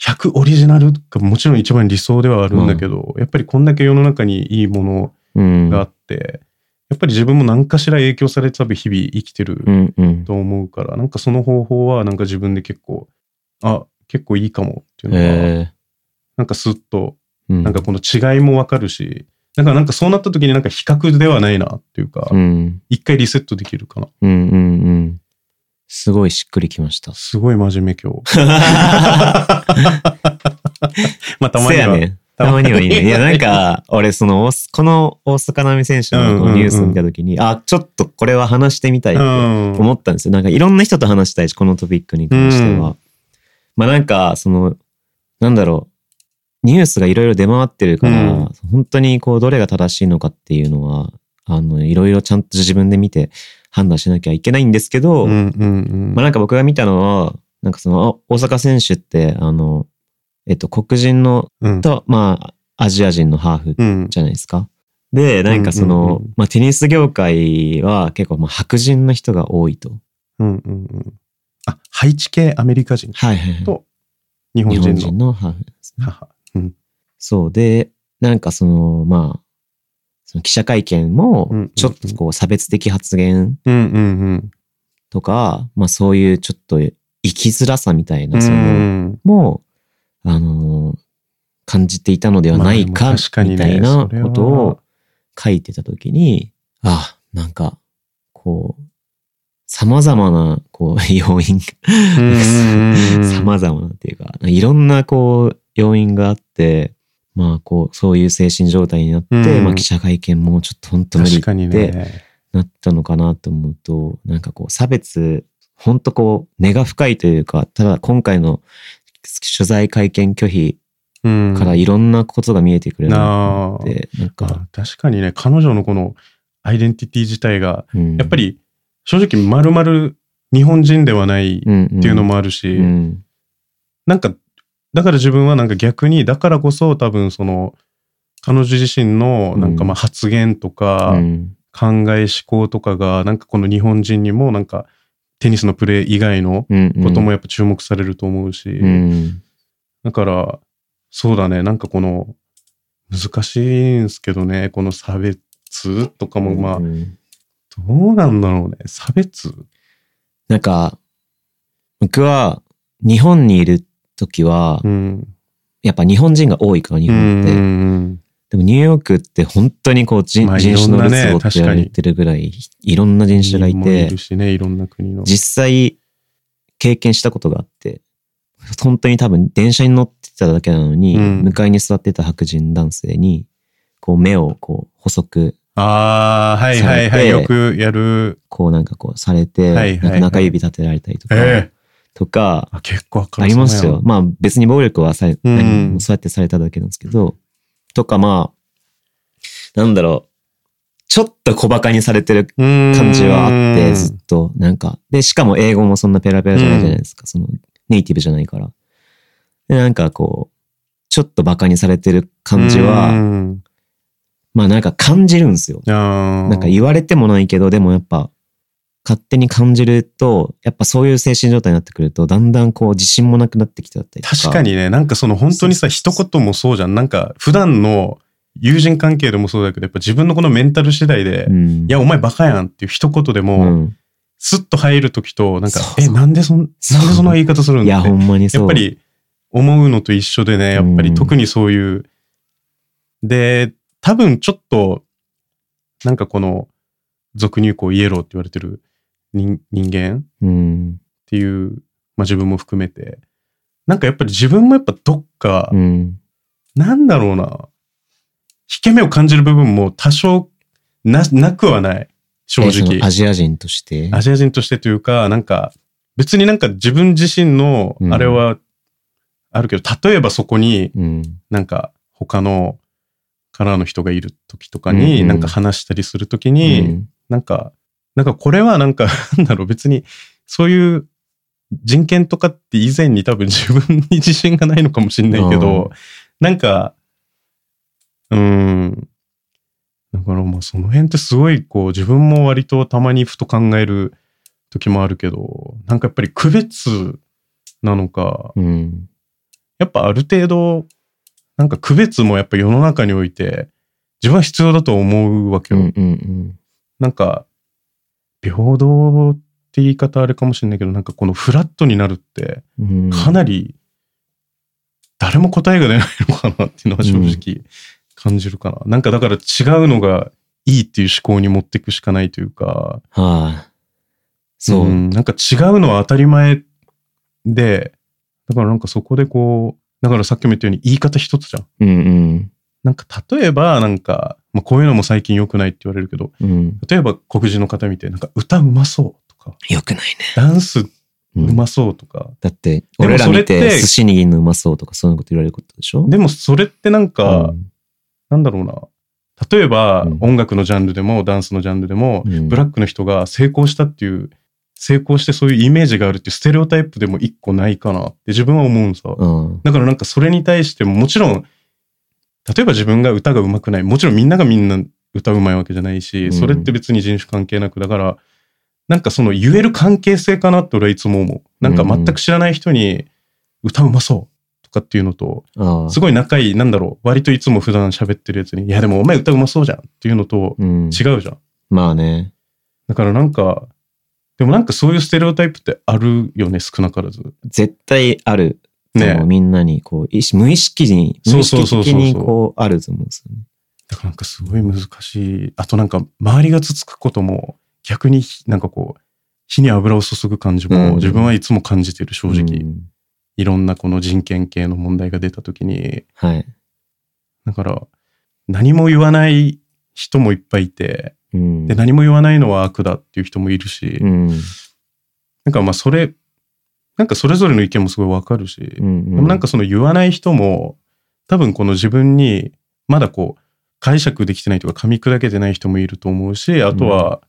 Speaker 3: 100オリジナルがもちろん一番理想ではあるんだけど、やっぱりこんだけ世の中にいいも
Speaker 2: うん。
Speaker 3: のがあって、やっぱり自分も何かしら影響されて多分日々生きてる
Speaker 2: うんうん。
Speaker 3: と思うから、なんかその方法はなんか自分で結構、あ、結構いいかもっていうのが、
Speaker 2: え
Speaker 3: なんかスッと
Speaker 2: えうん。
Speaker 3: なんかこの違いもわかるし、だからなんかそうなった時になんか比較ではないなっていうか
Speaker 2: う、ん。
Speaker 3: 一回リセットできるかな。
Speaker 2: うんうんうん。すごいしっくりきました。
Speaker 3: すごい真面目今 日。まあたまには。
Speaker 2: せやね。たまにはいい ね。いや、なんか、俺、その、大須この大阪なみ選手のこのニュースを見たときに、あ、ちょっとこれは話してみたいって
Speaker 3: うん。
Speaker 2: 思ったんですよ。なんかいろんな人と話したいし、このトピックに関しては。
Speaker 3: う
Speaker 2: まあなんか、その、なんだろう、ニュースがいろいろ出回ってるから、
Speaker 3: うん
Speaker 2: 本当にこう、どれが正しいのかっていうのは、あの、いろいろちゃんと自分で見て判断しなきゃいけないんですけど、
Speaker 3: うんうん
Speaker 2: まあなんか僕が見たのは、なんかその、あ大阪選手って、あの、えっと、黒人の、
Speaker 3: うん。
Speaker 2: と、まあ、アジア人のハーフ
Speaker 3: うん。
Speaker 2: じゃないですか。で、なんかその、
Speaker 3: うんうんうん
Speaker 2: まあテニス業界は結構、まあ白人の人が多いと。
Speaker 3: うんうんうん。あ、ハイチ系アメリカ人
Speaker 2: はいはいはい。
Speaker 3: と日本
Speaker 2: 日本
Speaker 3: 人
Speaker 2: 人
Speaker 3: の
Speaker 2: のハーフですね。
Speaker 3: 母。うん。
Speaker 2: そうで、なんかその、まあ、その記者会見も
Speaker 3: うんうんうん、
Speaker 2: ちょっとこう差別的発言
Speaker 3: うんうん
Speaker 2: とか、まあそういうちょっと生きづらさみたい
Speaker 3: うん。
Speaker 2: な、その、も、あのー、感じていたのではない
Speaker 3: ま
Speaker 2: か
Speaker 3: あ確か、にね
Speaker 2: みたいなこと
Speaker 3: そ
Speaker 2: を書いてたときに、あ、なんか、こう、様々な、こう、要因
Speaker 3: うんうんうんうん
Speaker 2: 様々なっていうか、いろんなこう、要因があって、まあこう、そういう精神状態になって、
Speaker 3: うん
Speaker 2: まあ記者会見もちょっと本当無理
Speaker 3: 確
Speaker 2: っ
Speaker 3: かに
Speaker 2: て
Speaker 3: ね。
Speaker 2: なったのかなと思うと、なんかこう、差別、本当こう、根が深いというか、ただ今回の取材会見拒否
Speaker 3: うん
Speaker 2: からいろんなことが見えてくるな
Speaker 3: なあ
Speaker 2: っ。て、なんか、
Speaker 3: あ確かにね、彼女のこのアイデンティティ自体が、
Speaker 2: うん
Speaker 3: やっぱ、り正直まるまる日本人ではないっ
Speaker 2: んん
Speaker 3: ていうの、もあるし、
Speaker 2: うん
Speaker 3: なんか、だから自分はなんか逆に、だからこそ多分その、彼女自身のなんかまあ発言とか
Speaker 2: うん
Speaker 3: 考え思考とかがなんかこの日本人にもなんかテニスのプレー以外の
Speaker 2: うんうん
Speaker 3: こともやっぱ注目されると思うし、
Speaker 2: うん
Speaker 3: だから、そうだね、なんかこの、難しいんですけどね、この差別とかも、まあ
Speaker 2: う、ん
Speaker 3: どうなんだろうね、差別
Speaker 2: なんか、僕は日本にいる時は、
Speaker 3: うん。
Speaker 2: やっぱ日本人が多いから、日
Speaker 3: うん
Speaker 2: 本って。
Speaker 3: うん
Speaker 2: でもニューヨークって本当にこう人,、
Speaker 3: まあ
Speaker 2: 人種の
Speaker 3: いろんな
Speaker 2: 列
Speaker 3: ね
Speaker 2: 語って言われてるぐらい、いろんな人種がい
Speaker 3: も
Speaker 2: て、
Speaker 3: るしね、いろんな国の。
Speaker 2: 実際経験したことがあって、本当に多分電車に乗ってただけなのに、
Speaker 3: うん
Speaker 2: 向かいに座ってた白人男性に、こう目をこう細く、
Speaker 3: ああ、はいはいはい、
Speaker 2: さ
Speaker 3: よ
Speaker 2: れて
Speaker 3: くやる。
Speaker 2: こうなんかこうされて、
Speaker 3: はいはいはい
Speaker 2: なんか中指立てられたりとか、
Speaker 3: ええ
Speaker 2: とか、
Speaker 3: あ結構あ
Speaker 2: あ
Speaker 3: から
Speaker 2: り
Speaker 3: さま
Speaker 2: ま
Speaker 3: や
Speaker 2: すよ。。まあ別に暴力はされ、
Speaker 3: うん
Speaker 2: 何もそうやってされただけなんですけど、とかまあ、なんだろう、ちょっと小馬鹿にされてる感
Speaker 3: 感
Speaker 2: じはあって、ずっと、なんか。で、しかも英語もそんなペラペラじゃないじゃないですか。その、ネイティブじゃないから。で、なんかこう、ちょっと馬鹿にされてる感じは、まあなんか感じるんですよ。
Speaker 3: な
Speaker 2: なんか言われてもないけど、でもやっぱ、勝手に感じると、やっぱそういう精神状態になってくると、だんだんこう自信もなくなってきちゃったりとか。
Speaker 3: 確か。にね、なんかその本当に
Speaker 2: そ
Speaker 3: さ、一
Speaker 2: うそう
Speaker 3: 言もそうじゃん。なんか普段の友人関係でもそうだけど、やっぱ自分のこのメンタル次第で、
Speaker 2: う
Speaker 3: い
Speaker 2: ん。
Speaker 3: や、お前バカやんっていう一言で
Speaker 2: う
Speaker 3: も、
Speaker 2: ん、
Speaker 3: スッと入るときと、なんか
Speaker 2: そ、う
Speaker 3: え、
Speaker 2: そう
Speaker 3: なんでそん、なんでその言い方するん
Speaker 2: い
Speaker 3: だ
Speaker 2: や、
Speaker 3: って
Speaker 2: ほんまにそう。
Speaker 3: やっぱ、り思うのと一緒でね、やっぱ
Speaker 2: う
Speaker 3: り
Speaker 2: ん
Speaker 3: 特にそういう。で、多分ちょっと、なんかこの、俗に言うこうイエローって言われてる人人間
Speaker 2: うん。
Speaker 3: っていう、まあ自分も含めて、なんかやっぱり自分もやっぱどっか、
Speaker 2: うん。
Speaker 3: なんだろうな、引け目を感じる部分も多少ななくはない、正
Speaker 2: えそ
Speaker 3: 直
Speaker 2: の。アジア人として。
Speaker 3: アジア人としてというか、なんか、別になんか自分自身の
Speaker 2: うん
Speaker 3: あれはあるけど、例えばそこに
Speaker 2: うん。
Speaker 3: なんか他のカラーの人がいる時とかに、
Speaker 2: うん
Speaker 3: なんか話したりする時
Speaker 2: う
Speaker 3: に、
Speaker 2: ん。
Speaker 3: なんか、なんかこれはなんか、 なんだろう、別にそういう人権とかって以前に多分自分に自信がないのかもしれないけど、
Speaker 2: うん
Speaker 3: なんか、うーん。だからまあその辺ってすごいこう自分も割とたまにふと考える時もあるけど、なんかやっぱり区別なのか、
Speaker 2: うん。
Speaker 3: やっぱある程度、なんか区別もやっぱ世の中において自分は必要だと思うわけ
Speaker 2: う
Speaker 3: よ。
Speaker 2: んうんうん。
Speaker 3: なんか、平等って言い方あれかもしれないけど、なんかこのフラットになるって、
Speaker 2: うん
Speaker 3: かなり、誰も答えが出ないのかなっていうのは正直感じるかな。なんかだから違うのがいいっていう思考に持っていくしかないというか、
Speaker 2: はい、そう。
Speaker 3: んなんか違うのは当たり前で、だからなんかそこでこう、だからさっきも言ったように言い方一つじゃん。
Speaker 2: うん
Speaker 3: なんか例えばなんか、まあ、こういうのも最近良くないって言われるけど、
Speaker 2: うん。うん。
Speaker 3: 例えば黒人の方見て、なんか歌うまそうとか、
Speaker 2: よくないね。
Speaker 3: ダンス
Speaker 2: う
Speaker 3: うんまそうとか。
Speaker 2: だって、
Speaker 3: も
Speaker 2: 俺ら
Speaker 3: それ
Speaker 2: 見
Speaker 3: って
Speaker 2: て寿司握るのうまそうとかそういうこと言われることでしょ
Speaker 3: でもそれってなん
Speaker 2: う
Speaker 3: か、
Speaker 2: ん
Speaker 3: なんだろうな。例えば
Speaker 2: うん
Speaker 3: 音楽のジャンルでもダンスのジャンルでも、
Speaker 2: うん
Speaker 3: ブラックの人が成功したっていう、成功してそういうイメージがあるっていうステレオタイプでも一個ないかなって自分は思うんさ。
Speaker 2: うん。
Speaker 3: だからなんかそれに対してももちろん、例えば自分が歌が上手くない。もちろんみんながみんな歌うまいわけじゃないし、
Speaker 2: うん
Speaker 3: それって別に人種関係なく、だから、なんかその言える関係性かなって俺はいつも思う。なんか全く知らない人に歌うまそうとかっていうのと、
Speaker 2: ああ。
Speaker 3: すごい仲いい、なんだろう、割といつも普段喋ってるやつに、いやでもお前歌うまそうじゃんっていうのと
Speaker 2: うん。
Speaker 3: 違うじゃん。
Speaker 2: まあね。
Speaker 3: だからなんか、でもなんかそういうステレオタイプってあるよね、少なからず。
Speaker 2: 絶対ある。
Speaker 3: ね
Speaker 2: ね、みんなに、こう、意識無意識に、無
Speaker 3: そう
Speaker 2: 意
Speaker 3: そう
Speaker 2: 識
Speaker 3: そうそう
Speaker 2: 的に、こう、あると思うんですよね。
Speaker 3: だからなんかすごい難しい。あとなんか周りがつつくことも逆になんかこう火に油を注ぐ感じ
Speaker 2: うん
Speaker 3: も自分はいつも感じてる正直、
Speaker 2: うん
Speaker 3: いろんなこの人権系の問題が出た時に
Speaker 2: はい。
Speaker 3: だから何も言わない人もいっぱいいて
Speaker 2: うん。
Speaker 3: で何も言わないのは悪だっていう人もいるし、
Speaker 2: うん。
Speaker 3: なんかまあそれなんかそれぞれの意見もすごいわかるし、
Speaker 2: うん。
Speaker 3: でもなんか、その言わない人も、多分この自分にまだこう解釈できてないとか噛み砕けてない人もいると思うし、あとは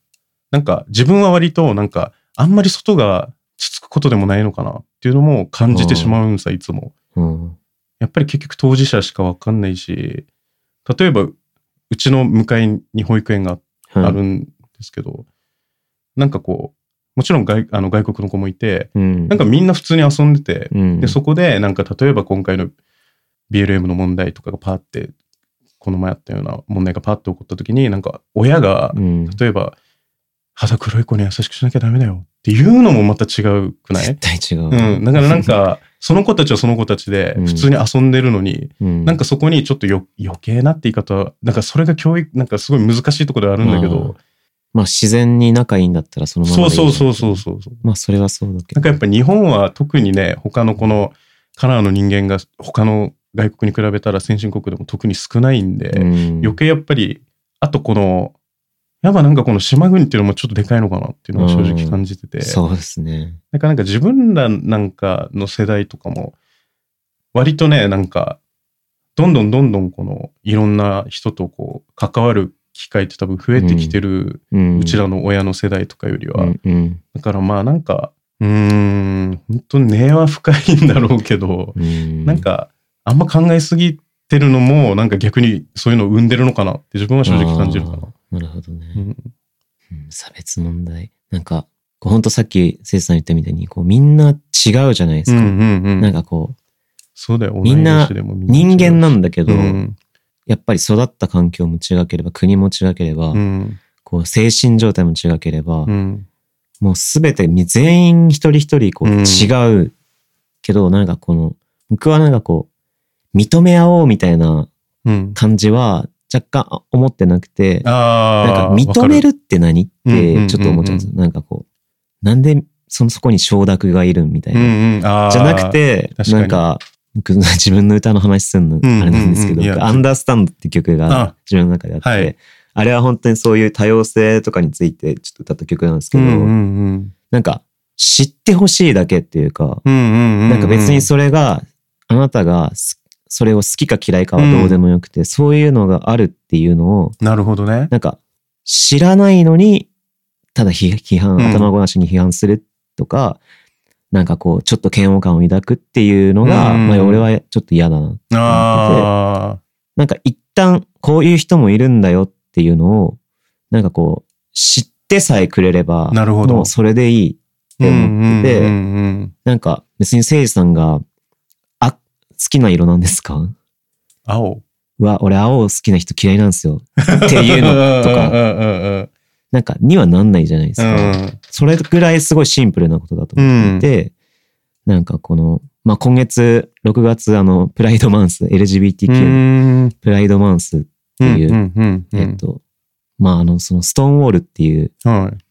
Speaker 3: なんか自分は割となんかあんまり外がつつくことでもないのかなっていうのも感じてしまうんさ、いつも。
Speaker 2: うん。
Speaker 3: やっぱり結局当事者しかわかんないし、例えばうちの向かいに保育園があ
Speaker 2: はい
Speaker 3: るんですけど、なんかこう、もちろん外あの外国の子もいて、
Speaker 2: うん。
Speaker 3: なんかみんな普通に遊んでて、
Speaker 2: うん、
Speaker 3: で、そこで、なんか例えば今回の BLM の問題とかがパーって、この前あったような問題がパーって起こった時に、なんか親が
Speaker 2: う、ん、
Speaker 3: 例えば、肌黒い子に優しくしなきゃダメだよっていうのもまた違うくな
Speaker 2: 絶
Speaker 3: い
Speaker 2: 対違う。
Speaker 3: うん。だからなん、か、その子たちはその子たちで、
Speaker 2: うん
Speaker 3: 普通に遊んでるのに、
Speaker 2: うん、
Speaker 3: なんかそこにちょっとよ余計なって言い方は、なんかそれが教育、なんかすごい難しいところではあるんだけど、
Speaker 2: まあ自然に仲いいんだったらそのままで
Speaker 3: そ
Speaker 2: いうい
Speaker 3: そうそうそうそう。
Speaker 2: まあそれはそうだけど。
Speaker 3: なんかやっぱ日本は特にね、他のこのカナダの人間が他の外国に比べたら先進国でも特に少ないんで、
Speaker 2: うん
Speaker 3: 余計やっぱり、あとこの、やっぱなんかこの島国っていうのもちょっとでかいのかなっていうのは正直感じてて、
Speaker 2: そうですね。
Speaker 3: なんかなんか自分らなんかの世代とかも、割とね、なんか、どんどんどんどんこのいろんな人とこう関わる機会って多分増えてきてる、
Speaker 2: うん、
Speaker 3: うちらの親の世代とかよりは、
Speaker 2: うんうん
Speaker 3: だからまあなんか、うーん、本当に根は深いんだろうけど、
Speaker 2: うん、
Speaker 3: なんかあんま考えすぎてるのも、なんか逆にそういうのを生んでるのかなって自分は正直感じるかな。
Speaker 2: あーなるほどね、
Speaker 3: うん
Speaker 2: うん差別問題。なんか、こう本当さっきせいさん言ったみたいに、こうみんな違うじゃないです
Speaker 3: うん
Speaker 2: か。
Speaker 3: うんうん。
Speaker 2: なんかこう、
Speaker 3: そうだよ、
Speaker 2: みんな
Speaker 3: 同い年でもみ
Speaker 2: 人間なん
Speaker 3: だ
Speaker 2: んだけ
Speaker 3: け
Speaker 2: ど、
Speaker 3: うん
Speaker 2: やっぱり育った環境も違ければ、国も違ければ、
Speaker 3: うん
Speaker 2: こう精神状態も違ければ、
Speaker 3: うん
Speaker 2: もうすべてみ全員一人一人こう
Speaker 3: うん
Speaker 2: 違うけど、なんかこの、僕はなんかこう、認め合おうみたいな
Speaker 3: うん
Speaker 2: 感じは若干思ってなくて、
Speaker 3: あ
Speaker 2: な
Speaker 3: あ。
Speaker 2: んか認めるって何っ
Speaker 3: うんう
Speaker 2: て
Speaker 3: ん
Speaker 2: ちょっと思っちゃうんですよ。なんかこう、なんでそのそこに承諾がいるみたい
Speaker 3: わかる。
Speaker 2: な。
Speaker 3: うんうん。ああ。
Speaker 2: じゃなく、て、
Speaker 3: 確かに
Speaker 2: なんか、僕自分の歌の話するのあれなんですけど、
Speaker 3: うんうんうんいや
Speaker 2: 僕アンダースタンドって曲
Speaker 3: あ
Speaker 2: が自分の中であって、
Speaker 3: はい
Speaker 2: あれは本当にそういう多様性とかについてちょっと歌った曲なんですけ
Speaker 3: う
Speaker 2: ど、
Speaker 3: んうんうん。
Speaker 2: なんか知ってほしいだけっていうか、
Speaker 3: うんうんうん。
Speaker 2: なんか別にそれが、あなたがすそれを好きか嫌いかはどうでもよくて、そういうのがあるっていうのを、
Speaker 3: なるほどね。
Speaker 2: なんか知らないのに、ただ批批判、
Speaker 3: うん
Speaker 2: 頭ごなしに批判するとか、なんかこう、ちょっと嫌悪感を抱くっていうのが、
Speaker 3: うん
Speaker 2: まあ俺はちょっと嫌だな。
Speaker 3: ああ。
Speaker 2: なんか一旦こういう人もいるんだよっていうのを、なんかこう、知ってさえくれれば、
Speaker 3: なるほど
Speaker 2: もうそれでいいって思ってて、
Speaker 3: うんうんうんうん
Speaker 2: なんか別にせいじさんが、あ、好きな色なんですか
Speaker 3: 青。
Speaker 2: うわ、俺青好きな人嫌いなんですよ。っていうのと
Speaker 3: う
Speaker 2: か、
Speaker 3: んうんうんうん
Speaker 2: なんかにはなんないじゃないですか。それぐらいすごいシンプルなことだと思っていて、なんかこの、まあ、今月、6月、あの、プライドマンス、LGBTQ の
Speaker 3: うん。っ
Speaker 2: プライドマンス、
Speaker 3: て
Speaker 2: いう
Speaker 3: うん。
Speaker 2: えっと、まあ、あの、そのストーンウォールっていう、
Speaker 3: はい。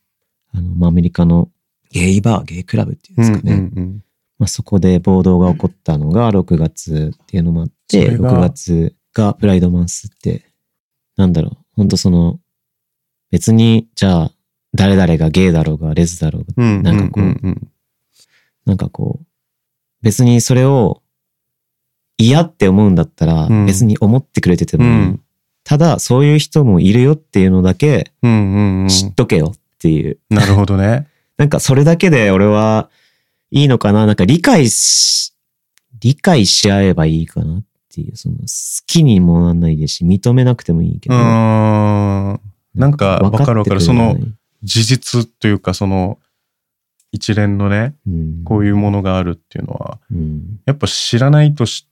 Speaker 2: あの、まあ、アメリカのゲイバー、ゲイクラブっていうん
Speaker 3: う
Speaker 2: で
Speaker 3: ん
Speaker 2: すかね。
Speaker 3: うん
Speaker 2: まあ、そこで暴動が起こったのが6月っていうのもあって、
Speaker 3: それが
Speaker 2: 6月がプライドマンスって、なんだろう、ほんとその、別に、じゃあ、誰々がゲイだろうが、レズだろうが、
Speaker 3: うん。
Speaker 2: なんかこう
Speaker 3: うんうん
Speaker 2: なんかこう、別にそれを嫌って思うんだったら
Speaker 3: うん、
Speaker 2: 別に思ってくれてても
Speaker 3: う
Speaker 2: いい、
Speaker 3: ん。
Speaker 2: ただ、そういう人もいるよっていうのだけ
Speaker 3: うんうんうん。
Speaker 2: 知っとけよっていう。
Speaker 3: なるほどね。
Speaker 2: なんかそれだけで俺はいいのかななんか理解し、理解し合えばいいかなっていう、その好きにもなんないですし、認めなくてもいいけ
Speaker 3: う
Speaker 2: ど。
Speaker 3: ーん。なんかわかるわかるその、事実というか、その、一連のね、こう
Speaker 2: い
Speaker 3: いうものがあるっていうのは、
Speaker 2: うん、うん、
Speaker 3: やっぱ知らないと知っ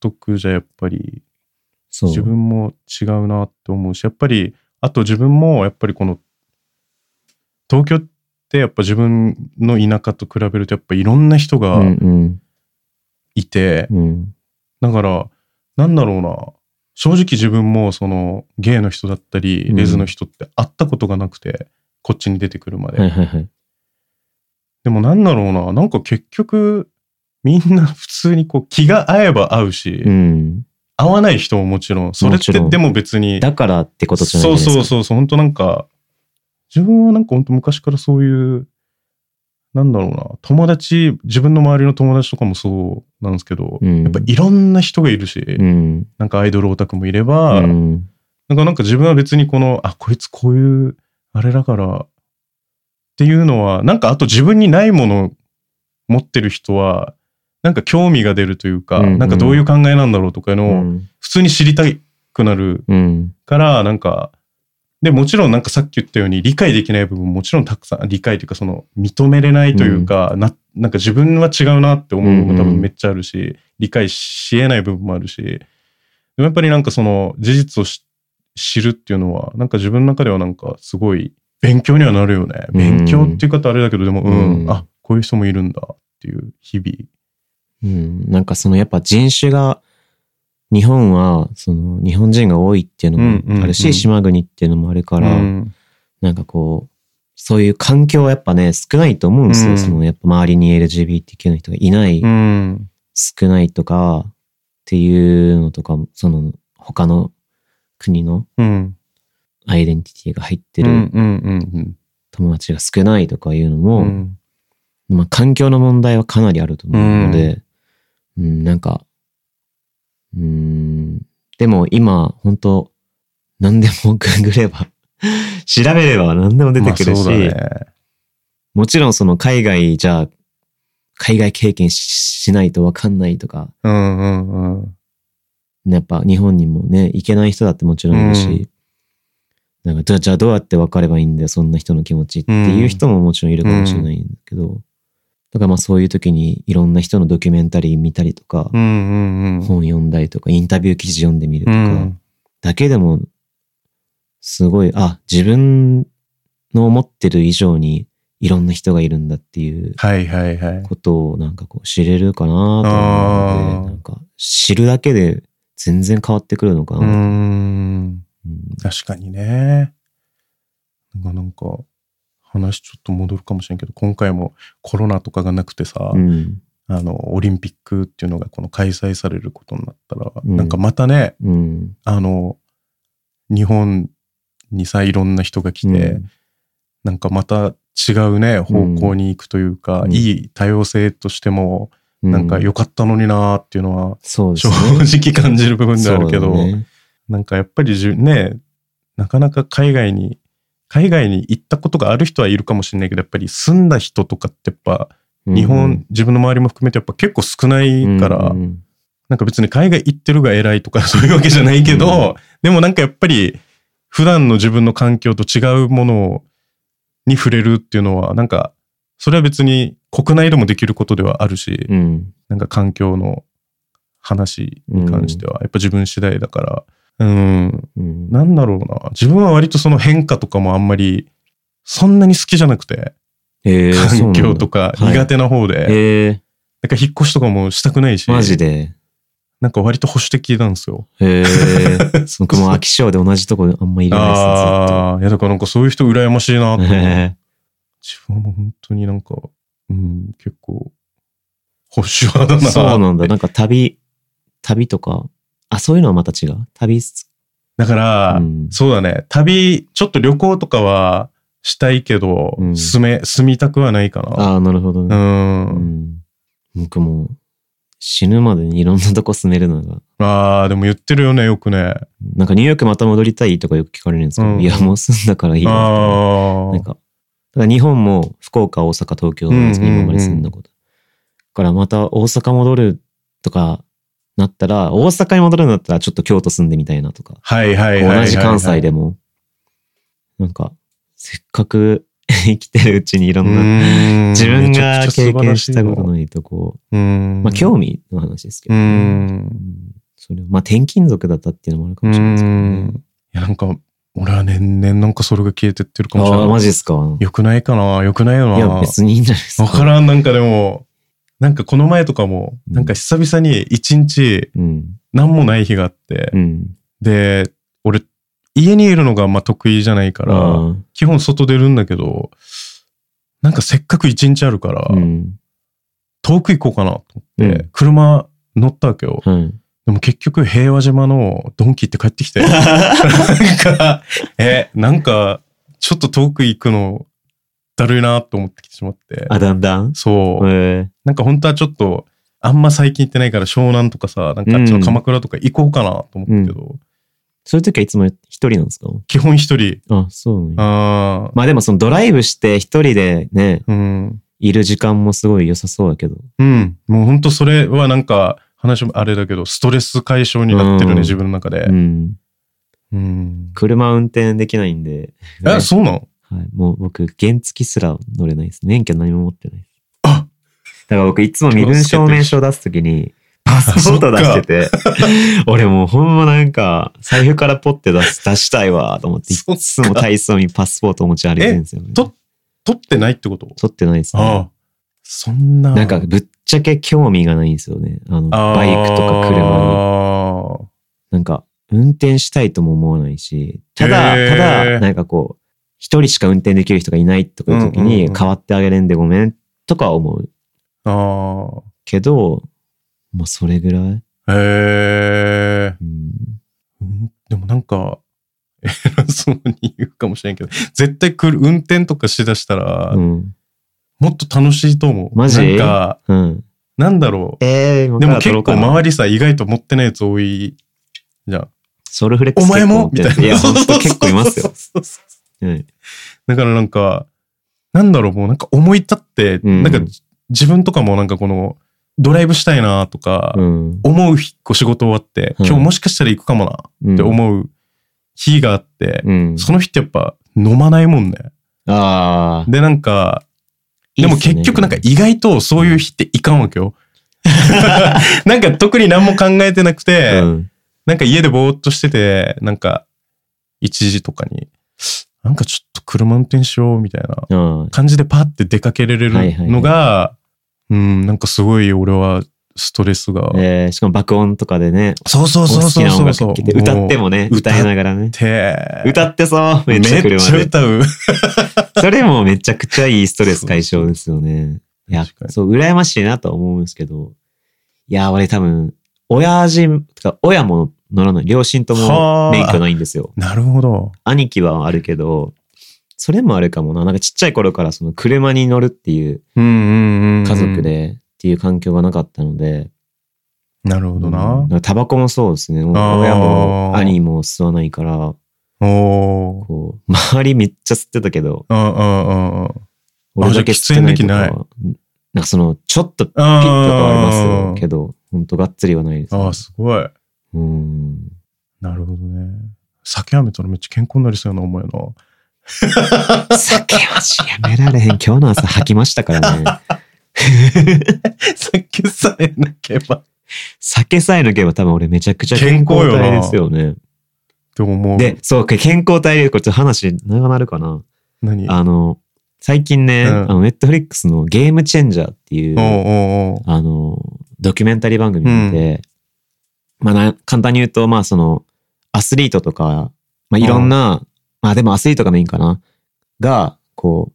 Speaker 3: とくじゃ、やっぱり
Speaker 2: そう。
Speaker 3: 自分も違うなって思うし、やっぱり、あと自分もやっぱりこの、東京ってやっぱ自分の田舎と比べるとやっぱいろんな人
Speaker 2: う
Speaker 3: が
Speaker 2: んうん
Speaker 3: いて、
Speaker 2: うん
Speaker 3: だから、なんだろうな、正直自分もそのゲイの人だったり、
Speaker 2: うん
Speaker 3: レズの人って会ったことがなくて、こっちに出てくるまで。
Speaker 2: はいはいはい。
Speaker 3: でもなんだろうな、なんか結局、みんな普通にこう気が合えば合うし、
Speaker 2: うん。
Speaker 3: 合わない人ももちろん、それっ
Speaker 2: もち
Speaker 3: て
Speaker 2: ろん
Speaker 3: でも別に、
Speaker 2: だからってことじゃない
Speaker 3: そう
Speaker 2: ですか。
Speaker 3: そうそうそう、本当なんか、自分はなんか本当昔からそういう、なんだろうな、友達、自分の周りの友達とかもそうなんですけど、
Speaker 2: うん
Speaker 3: やっぱいろんな人がいるし、
Speaker 2: うん。
Speaker 3: なんかアイドルオタクもいれば、
Speaker 2: うん。
Speaker 3: なんかなんか自分は別にこの、あ、こいつこういう、あれだから、っていうのは、なんかあと自分にないもの持ってる人は、なんか興味が出るというか、
Speaker 2: うんうん
Speaker 3: なんかどういう考えなんだろうとかいう
Speaker 2: う
Speaker 3: のを、
Speaker 2: ん。
Speaker 3: 普通に知りたくなる
Speaker 2: うん。
Speaker 3: から、なんか、で、もちろんなんかさっき言ったように理解できない部分ももちろんたくさん理解というかその認めれないというか、な、なんか自分は違うなって思うのも多
Speaker 2: うんう
Speaker 3: 分
Speaker 2: ん
Speaker 3: めっちゃあるし、理解し得ない部分もあるし、でもやっぱりなんかその事実をし知るっていうのは、なんか自分の中ではなんかすごい勉強にはなるよね。
Speaker 2: うん
Speaker 3: 勉強っていう方あれだけど、でも、うん、
Speaker 2: うん
Speaker 3: あ、こういう人もいるんだっていう日々。
Speaker 2: うん、なんかそのやっぱ人種が、日本は、その日本人が多いっていうのもあるし、
Speaker 3: うんうんうん
Speaker 2: 島国っていうのもあるか、
Speaker 3: からうん、
Speaker 2: なんかこう、そういう環境はやっぱね、少ないと思うんですよ。
Speaker 3: うん
Speaker 2: そのやっぱ周りに LGBTQ の人がいない、
Speaker 3: うん、
Speaker 2: 少ないとか、っていうのとかも、その他の国の
Speaker 3: うん、
Speaker 2: アイデンティティが入って
Speaker 3: う
Speaker 2: る
Speaker 3: ん、うん、うん
Speaker 2: 友達が少ないとかいうのも、
Speaker 3: うん、
Speaker 2: まあ環境の問題はかなりあると思うので、うん、なんか、うん、でも今、本当何でもググれ ば、調べれば何でも出てくるし、
Speaker 3: まあそうだね
Speaker 2: もちろんその海外じゃ、海外経験ししないとわかんないとか、
Speaker 3: うんうんうん。
Speaker 2: やっぱ日本にもね、行けない人だってもちろんいるし、なんかじゃあじゃあどうやって分かればいいんだよ、そんな人の気持ちっていう人ももちろんいるかもしれないんだけど、だからまあそういう時にいろんな人のドキュメンタリー見たりとか、
Speaker 3: うんうんうん。
Speaker 2: 本読んだりとか、インタビュー記事読んでみると
Speaker 3: う
Speaker 2: か、
Speaker 3: ん
Speaker 2: だけでも、すごい、あ、自分の思ってる以上にいろんな人がいるんだっていう
Speaker 3: はいはいはい。
Speaker 2: ことをなんかこう知れるかなと思うの
Speaker 3: あー
Speaker 2: で、なんか知るだけで全然変わってくるのか
Speaker 3: う
Speaker 2: な。
Speaker 3: ん。
Speaker 2: うん
Speaker 3: 確かにね。なんかなんか、話ちょっと戻るかもしれんけど、今回もコロナとかがなくてさ、
Speaker 2: うん。
Speaker 3: あの、オリンピックっていうのがこの開催されることになったら、
Speaker 2: うん
Speaker 3: なんかまたね、
Speaker 2: うん。
Speaker 3: あの、日本にさ、いろんな人が来て、
Speaker 2: うん
Speaker 3: なんかまた違うね、方向に行くというか、
Speaker 2: うん
Speaker 3: いい多様性としても、なんか良かったのになーっていうのは、
Speaker 2: そうです
Speaker 3: 正
Speaker 2: ね。
Speaker 3: 直感じる部分であるけ
Speaker 2: そ
Speaker 3: ど、
Speaker 2: うだね
Speaker 3: なんかやっぱりじゅねなかなか海外に海外に行ったことがある人はいるかもしれないけどやっぱり住んだ人とかってやっぱ日本、自分の周りも含めてやっぱ結構少ない
Speaker 2: うん
Speaker 3: から、
Speaker 2: うんうん
Speaker 3: なんか別に海外行ってるが偉いとか そういうわけじゃないけど、でもなんかやっぱり普段の自分の環境と違うものに触れるっていうのはなんかそれは別に国内でもできることではあるし、
Speaker 2: うん。
Speaker 3: なんか環境の話に関しては、やっぱ自分次第だから、うん、
Speaker 2: うん
Speaker 3: なんだろうな。自分は割とその変化とかもあんまり、そんなに好きじゃなくて、
Speaker 2: えーそうなん
Speaker 3: 環
Speaker 2: だ
Speaker 3: 境とか
Speaker 2: はい
Speaker 3: 苦手な方で、
Speaker 2: えー
Speaker 3: なんか引っ越しとかもしたくないし、
Speaker 2: マジで。
Speaker 3: なんか割と保守的なんですよ。
Speaker 2: へえ。 僕も飽き性で同じとこあんまいれないです
Speaker 3: ああ、いやだからなんかそういう人羨ましいなと思う。
Speaker 2: ね
Speaker 3: 自分はもう本当になんか、うん、結構、保守派だ
Speaker 2: ずっと。
Speaker 3: な。
Speaker 2: そうなんだ。。なんか旅、旅とか、あ、そういうのはまた違う。旅、
Speaker 3: だから、
Speaker 2: うん
Speaker 3: そうだね。旅、ちょっと旅行とかはしたいけど、
Speaker 2: うん
Speaker 3: 住め、住みたくはないかな。
Speaker 2: ああ、なるほど
Speaker 3: う
Speaker 2: ね。
Speaker 3: ん。
Speaker 2: うん。僕も、死ぬまでにいろんなとこ住めるのが、
Speaker 3: ああ、でも言ってるよね、よくね。
Speaker 2: なんかニューヨークまた戻りたいとかよく聞かれるんですけ
Speaker 3: う
Speaker 2: ど、
Speaker 3: ん
Speaker 2: いや、もう住んだからいいよみたいな。
Speaker 3: あ
Speaker 2: なんか、だから日本も福岡、大阪、東京なんですけど、
Speaker 3: うんうんうん
Speaker 2: 今まで住んだこと。だからまた大阪戻るとかなったら、大阪に戻るんだったらちょっと京都住んでみたいなとか、
Speaker 3: あ。はいはいはいはいは
Speaker 2: 同
Speaker 3: い。
Speaker 2: じ関西でも、なんか、せっかく生きてるうちにいろ
Speaker 3: うん
Speaker 2: な、
Speaker 3: ん。
Speaker 2: 自分が経験したこと
Speaker 3: い。
Speaker 2: ないとこ、
Speaker 3: うん。
Speaker 2: まあ興味の話ですけ
Speaker 3: う。
Speaker 2: どね、うんんそれをまあ転勤族だったっていうのもあるか
Speaker 3: う
Speaker 2: もしれないですけどね
Speaker 3: ん。いや、なんか、俺は年々なんかそれが消えてってるかもしれ
Speaker 2: ああ、
Speaker 3: な
Speaker 2: マ
Speaker 3: い。
Speaker 2: ジですか。
Speaker 3: よくないかなよくないよ
Speaker 2: いや、
Speaker 3: な
Speaker 2: 別にいいんじゃないですか。
Speaker 3: わからん、なんかでも、なんかこの前とかも、
Speaker 2: うん
Speaker 3: なんか久々に一日
Speaker 2: うん。
Speaker 3: 何もない日があって
Speaker 2: う、ん。
Speaker 3: で、俺、家にいるのがまあ得意じゃないか、
Speaker 2: から
Speaker 3: 基本外出るんだけど、なんかせっかく一日あるから、
Speaker 2: うん。
Speaker 3: 遠く行こうかなと
Speaker 2: う
Speaker 3: 思って、車乗ったわけよ。
Speaker 2: はい。
Speaker 3: でも結局平和島のドンキ行って帰って きて、なんか、え、なんか、ちょっと遠く行くの、だるいなと思ってきてしまって。
Speaker 2: あ、だんだん
Speaker 3: そう。
Speaker 2: え
Speaker 3: なんか本当はちょっと、あんま最近行ってないから湘南とかさ、なんかあっちの鎌倉とか行こうかなと思ったけど、
Speaker 2: そういう時はいつも一人なんですか
Speaker 3: 基本一人。
Speaker 2: あ、そうなんや
Speaker 3: あ
Speaker 2: まあでもそのドライブして一人でね、
Speaker 3: あ、うん。
Speaker 2: いる時間もすごい良さそうだけど。
Speaker 3: うん。もう本当それはなんか、話もあれだけど、ストレス解消になってる
Speaker 2: う
Speaker 3: ね、
Speaker 2: ん
Speaker 3: 自分の中で。
Speaker 2: うん。
Speaker 3: うん。
Speaker 2: 車運転できないんで、
Speaker 3: え、そうなの
Speaker 2: はい、もう僕、原付すら乗れないです。免許何も持ってないです。
Speaker 3: あ
Speaker 2: だから僕、いつも身分証明書出すときに、パスポート出してて、俺もうほんまなんか、財布からポッて出す、出したいわと思って、い
Speaker 3: そっか
Speaker 2: つも体操にパスポート持ち歩いてるんですよ、ね。
Speaker 3: と取ってないってこと
Speaker 2: 取ってないですね。
Speaker 3: ああ。そんな。
Speaker 2: なんか、ぶっちゃけ興味がないんですよね。あの、
Speaker 3: あー
Speaker 2: バイクとか車に。なんか、運転したいとも思わないし、ただ、
Speaker 3: へー
Speaker 2: ただ、なんかこう、一人しか運転できる人がいないとかいう時
Speaker 3: うんうん
Speaker 2: に、
Speaker 3: うん
Speaker 2: 代わってあげれんでごめんとかは思う
Speaker 3: あ
Speaker 2: けど、まあ、それぐらい。
Speaker 3: あ。へえ。
Speaker 2: うん。
Speaker 3: うんでもなんか、 偉そうに言うかもしれんけど、絶対来る、運転とかしだしたら、
Speaker 2: うん。
Speaker 3: もっと楽しいと思う。
Speaker 2: マジ
Speaker 3: なんか、
Speaker 2: うん、
Speaker 3: なんだろう。
Speaker 2: えー、
Speaker 3: でも結構
Speaker 2: 回
Speaker 3: 周りさ、意外と持ってないやつ多い。じゃあ、
Speaker 2: ソウルフレック
Speaker 3: お
Speaker 2: ス
Speaker 3: 前もみ
Speaker 2: 結
Speaker 3: た
Speaker 2: 構
Speaker 3: い
Speaker 2: 持っ
Speaker 3: な。
Speaker 2: てるや、ほんと結構います
Speaker 3: そう
Speaker 2: よ。
Speaker 3: そうそうそう
Speaker 2: うん。
Speaker 3: だからなんか、なんだろう、もうなんか思い立って、
Speaker 2: うん
Speaker 3: なんか自分とかもなんかこの、ドライブしたいなとか、
Speaker 2: うん。
Speaker 3: 思う日、こう仕事終わって、
Speaker 2: うん
Speaker 3: 今日もしかしたら行くかもなって思う日があって、
Speaker 2: うん。
Speaker 3: その日ってやっぱ飲まないもんね。
Speaker 2: ああ。
Speaker 3: で、なんか、
Speaker 2: いい
Speaker 3: で
Speaker 2: っす
Speaker 3: も
Speaker 2: ね
Speaker 3: 結局なんか、意外とそういう日っていかんわ けよ。なんか特に何も考えてなくて、
Speaker 2: うん。
Speaker 3: なんか家でぼーっとしてて、なんか1時とかに、なんかちょっと車運転しようみたいな
Speaker 2: うん。
Speaker 3: 感じでパッて出かけられる
Speaker 2: はいはいはい
Speaker 3: のが、うん、なんかすごい俺はストレスが。
Speaker 2: えー、しかも爆音とかでね、
Speaker 3: そうそう
Speaker 2: 好
Speaker 3: そう
Speaker 2: き
Speaker 3: そう
Speaker 2: な音
Speaker 3: そう
Speaker 2: 楽
Speaker 3: そう。
Speaker 2: 聴けて、歌って
Speaker 3: もう。
Speaker 2: もね、
Speaker 3: 歌っ
Speaker 2: 歌いながらね。
Speaker 3: て
Speaker 2: 歌ってそう、めっ
Speaker 3: めっ
Speaker 2: ちゃ
Speaker 3: ち
Speaker 2: 車
Speaker 3: ゃ
Speaker 2: で。
Speaker 3: 歌う。
Speaker 2: それもめちゃくちゃいいストレス解消ですよね。いや
Speaker 3: 確か、に
Speaker 2: そう、羨ましいなとは思うんですけど、いや、俺多分、親父、とか、親も乗らない、両親と
Speaker 3: はあ
Speaker 2: も免許ないんですよ。
Speaker 3: なるほど。
Speaker 2: 兄貴はあるけど、それもあるかもな。なんかちっちゃい頃からその車に乗るっていう
Speaker 3: うんうんうんうん。
Speaker 2: 家族。でっていう環境がなかったので、
Speaker 3: なるほどな。
Speaker 2: うんタバコもそうですね。
Speaker 3: あー
Speaker 2: 親も兄も吸わないから、
Speaker 3: おー。
Speaker 2: こう、周りめっちゃ吸ってたけど、
Speaker 3: うんうんうんうん。
Speaker 2: 俺だけ吸ってないとか
Speaker 3: じゃあ喫
Speaker 2: はなんかその、ちょっとピッと
Speaker 3: あー
Speaker 2: かはありますけど、ほんとがっつりはないです、
Speaker 3: ああ、すごい。
Speaker 2: うん。
Speaker 3: なるほどね。酒やめたらめっちゃ健康になりそうやな、お前な。
Speaker 2: 酒はしやめられへん。今日の朝吐きましたから ね。
Speaker 3: 酒さえなければっ
Speaker 2: 酒さえ抜けば多分俺めちゃくちゃ健康体ですよね。
Speaker 3: て思う。
Speaker 2: で、、そう、健康体でこれちょっと話長なるかな。
Speaker 3: 何
Speaker 2: あの、最近ね、
Speaker 3: うん
Speaker 2: あの、ネットフリックスのゲームチェンジャーっていう、
Speaker 3: おうおうおう
Speaker 2: あの、ドキュメンタリー番組見て、まあな、簡単に言うと、まあその、アスリートとか、まあいろんな、まあでもアスリートがメインかな、が、こう、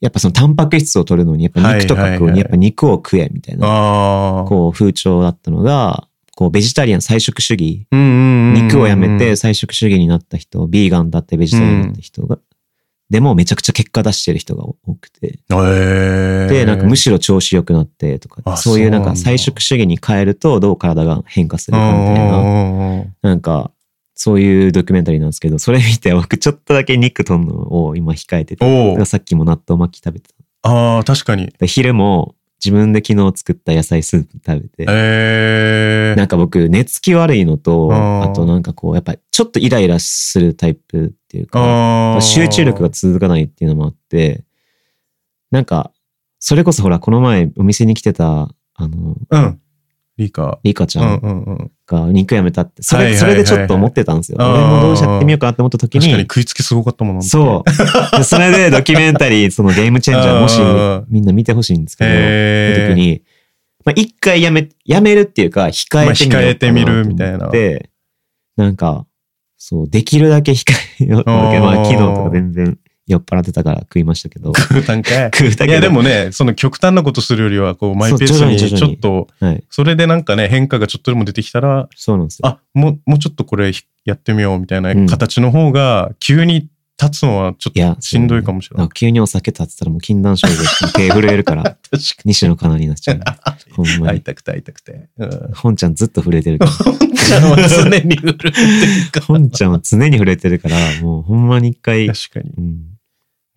Speaker 2: やっぱそのタンパク質を取るのに、やっぱ肉とか食う
Speaker 3: はいはいは
Speaker 2: に、
Speaker 3: い
Speaker 2: やっぱ肉を食えみたいな、
Speaker 3: ああ。
Speaker 2: こう風潮だったのが、こうベジタリアン菜食主義、
Speaker 3: うんうんうんうん。
Speaker 2: 肉をやめて菜食主義になった人、ビーガンだってベジタリアンだった人が、でもめちゃくちゃ結果出してる人が多くて、
Speaker 3: へー。
Speaker 2: で、なんかむしろ調子良くなってと
Speaker 3: あ
Speaker 2: か、そういうなんか
Speaker 3: そうなんだ
Speaker 2: 菜食主義に変えるとどう体が変化す
Speaker 3: う
Speaker 2: る
Speaker 3: ん
Speaker 2: か
Speaker 3: う
Speaker 2: みたいな、
Speaker 3: んうんうん。
Speaker 2: なんかそういうドキュメンタリーなんですけど、それ見て僕ちょっとだけ肉とんのを今控えてて、
Speaker 3: おう
Speaker 2: さっきも納豆巻き食べてた。
Speaker 3: ああ、確かに。
Speaker 2: で昼も自分で昨日作った野菜スープ食べて、
Speaker 3: え
Speaker 2: なんか僕寝つき悪いのと、
Speaker 3: うん
Speaker 2: あとなんかこうやっぱりちょっとイライラするタイプっていうか、
Speaker 3: ー。
Speaker 2: 集中力が続かないっていうのもあって、なんか、それこそほら、この前お店に来てた、あの、
Speaker 3: うん。理科。
Speaker 2: リカち
Speaker 3: う
Speaker 2: ゃ
Speaker 3: ん
Speaker 2: ん
Speaker 3: うんうん。
Speaker 2: が肉やめたって、そ
Speaker 3: はい
Speaker 2: れ、
Speaker 3: はい
Speaker 2: そ
Speaker 3: はい
Speaker 2: れ
Speaker 3: はい
Speaker 2: でちょっと思ってたんですよ。
Speaker 3: あー
Speaker 2: 俺もどうしやってみようかなって思った時
Speaker 3: 確か
Speaker 2: に、
Speaker 3: に食いつきすごかったもんな。
Speaker 2: そう。でそれでドキュメンタリー、そのゲームチェンジャー、もし
Speaker 3: うん
Speaker 2: みんな見てほしいんですけど、
Speaker 3: へー
Speaker 2: の時に、まあ、一回やめ、やめるっていうか、控えてみようかな
Speaker 3: まあ控えてみるみたいな
Speaker 2: と思ってなんか、そう、できるだけ控えようと思って、
Speaker 3: あー
Speaker 2: まあ、昨日とか全然酔っ払ってたから食いましたけど、
Speaker 3: 食うたんかい。
Speaker 2: 食うだけ
Speaker 3: い
Speaker 2: で
Speaker 3: やでもね、その極端なことするよりは、こう、マイペー
Speaker 2: そ
Speaker 3: ス
Speaker 2: う徐々
Speaker 3: に
Speaker 2: に徐
Speaker 3: ち
Speaker 2: 々
Speaker 3: ょっ
Speaker 2: に
Speaker 3: と、
Speaker 2: はい、
Speaker 3: それでなんかね、変化がちょっとでも出てきたら、
Speaker 2: そうなんですよ。
Speaker 3: あ、もう、もうちょっとこれひやってみようみたいな
Speaker 2: うん
Speaker 3: 形の方が、急に立つのはちょ
Speaker 2: いや
Speaker 3: っとしんどいかもしれな。
Speaker 2: ないんか急にお酒立ってたらもう禁断症状して手震える から、
Speaker 3: 確
Speaker 2: 西野カナになっちゃう。
Speaker 3: か
Speaker 2: ほん
Speaker 3: に。
Speaker 2: ま
Speaker 3: 会い
Speaker 2: に。
Speaker 3: たくて会いたくて。うん。
Speaker 2: 本ちゃんずっと震えてるか
Speaker 3: じゃあ常に売るっていうか。
Speaker 2: ら。本ちゃんは常に震えてるから、もうほんまに一回、う
Speaker 3: 確かに。
Speaker 2: ん、
Speaker 3: も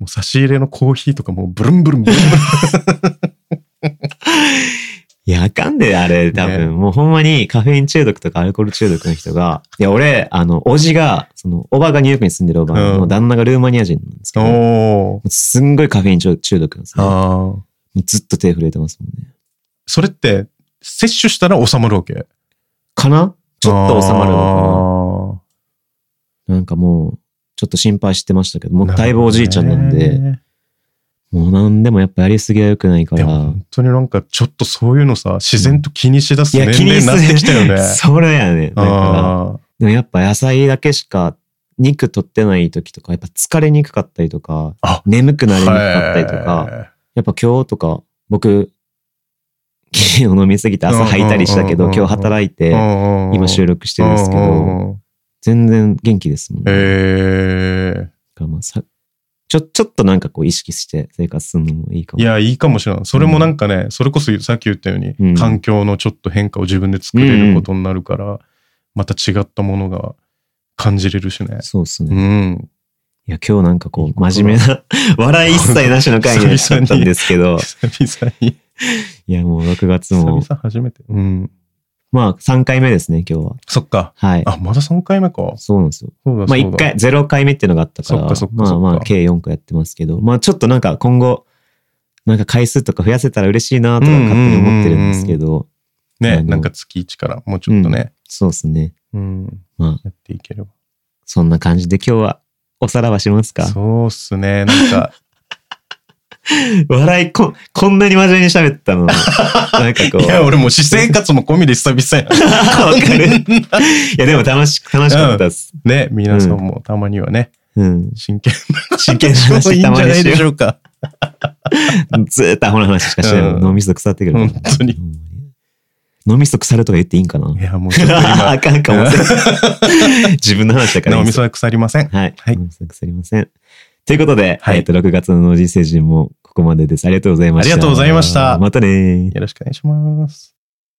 Speaker 3: う差し入れのコーヒーとかもうブルンブルンブルンブルン。
Speaker 2: いいや、あかんで、あれ、多分、
Speaker 3: ね
Speaker 2: もうほんまにカフェイン中毒とかアルコール中毒の人が、いや、俺、あの、おじが、その、おばがニューヨークに住んでるおば
Speaker 3: うん
Speaker 2: の旦那がルーマニア人なんですけど、も
Speaker 3: おー
Speaker 2: うすんごいカフェイン中中毒なんですね。も
Speaker 3: ああ。
Speaker 2: うずっと手震えてますもんね。
Speaker 3: それって、摂取したら収まるわけ
Speaker 2: かなちょっと収まるの
Speaker 3: の
Speaker 2: かななんかもう、ちょっと心配してましたけど、もうだいぶおじいちゃんなんで、もう何でもやっぱやりすぎは良くないか
Speaker 3: で
Speaker 2: ら
Speaker 3: も、本当になんかちょっとそういうのさ、自然と気にしだす
Speaker 2: い
Speaker 3: 年
Speaker 2: や、気
Speaker 3: 齢
Speaker 2: に
Speaker 3: に
Speaker 2: す
Speaker 3: なってきたよね。
Speaker 2: それやね。だから、
Speaker 3: あ
Speaker 2: でもやっぱ野菜だけしか肉取ってない時とか、やっぱ疲れにくかったりとか
Speaker 3: あ、
Speaker 2: 眠く
Speaker 3: ー
Speaker 2: なりにくかったりとか、
Speaker 3: はい
Speaker 2: やっぱ今日とか、僕、昨日飲みすぎて朝吐いたりしたけど、
Speaker 3: うんうんうんうん
Speaker 2: 今日働いて、
Speaker 3: うん
Speaker 2: 今収録してるんですけ
Speaker 3: うんう
Speaker 2: ど、
Speaker 3: んうん
Speaker 2: 全然元気ですもんね。だ
Speaker 3: え
Speaker 2: からまあさちょ、ちょっとなんかこう意識して生活するのもいいか
Speaker 3: ーい
Speaker 2: も。
Speaker 3: や、いいかもしれない。それもなんかね、それこそさっき言ったように、
Speaker 2: うん
Speaker 3: 環境のちょっと変化を自分で作れることになるから、また違ったものが感じれるしね。
Speaker 2: そうっす
Speaker 3: う
Speaker 2: ね。
Speaker 3: ん。
Speaker 2: いや、今日なんかこう、真面目 な、笑い一切なしの回になっちゃったんですけど、
Speaker 3: 久々に、
Speaker 2: いや、もう6月
Speaker 3: 久々
Speaker 2: も、
Speaker 3: 初めて。うん。
Speaker 2: まあ3回目ですね、今日は。
Speaker 3: そっか。
Speaker 2: はい。
Speaker 3: あ、まだ3回目か。
Speaker 2: そうなんですよ。
Speaker 3: そうだそうだ。
Speaker 2: まあ1回、0回目っていうのがあったから、
Speaker 3: そっかそっか
Speaker 2: ま
Speaker 3: そ
Speaker 2: あ
Speaker 3: っか
Speaker 2: まあ計4回やってますけど、まあちょっとなんか今後、なんか回数とか増やせたら嬉しいなとか勝手に思ってるんですけど、あ
Speaker 3: ね、
Speaker 2: の
Speaker 3: なんか月1からもうちょっとね、
Speaker 2: そうですね。
Speaker 3: うん
Speaker 2: まあ
Speaker 3: やっていければ。
Speaker 2: そんな感じで今日はおさらばしますか。
Speaker 3: そうっすね、なん か、
Speaker 2: 笑いこ、こんなに真面目に喋った の。なんかこう。
Speaker 3: いや、俺もう私生活も込みで久々や
Speaker 2: わかる。いや、でも楽し、楽しかったです。
Speaker 3: な。ね、皆さんもたまにはね、
Speaker 2: うん。
Speaker 3: 真剣な、
Speaker 2: 真剣な話
Speaker 3: いいんじゃないで
Speaker 2: たまにし
Speaker 3: しょうか。
Speaker 2: ずーっとアホな話しかしないもん。
Speaker 3: うん
Speaker 2: 脳みそ腐ってくるから。
Speaker 3: 本当に
Speaker 2: ほんま。脳みそ腐るとか言っていいんかない
Speaker 3: や、もうちょっと
Speaker 2: あ
Speaker 3: 今、
Speaker 2: かんかもしれ ない。自分の話だからい
Speaker 3: 脳
Speaker 2: いで
Speaker 3: み
Speaker 2: す
Speaker 3: そは腐りません。
Speaker 2: はい。
Speaker 3: はい
Speaker 2: 脳みそ腐りません。ということで、
Speaker 3: はい
Speaker 2: えっと、6月の脳人成人もここまでです。ありがとうございました。
Speaker 3: ありがとうございました
Speaker 2: またねー
Speaker 3: よろしくお願いします。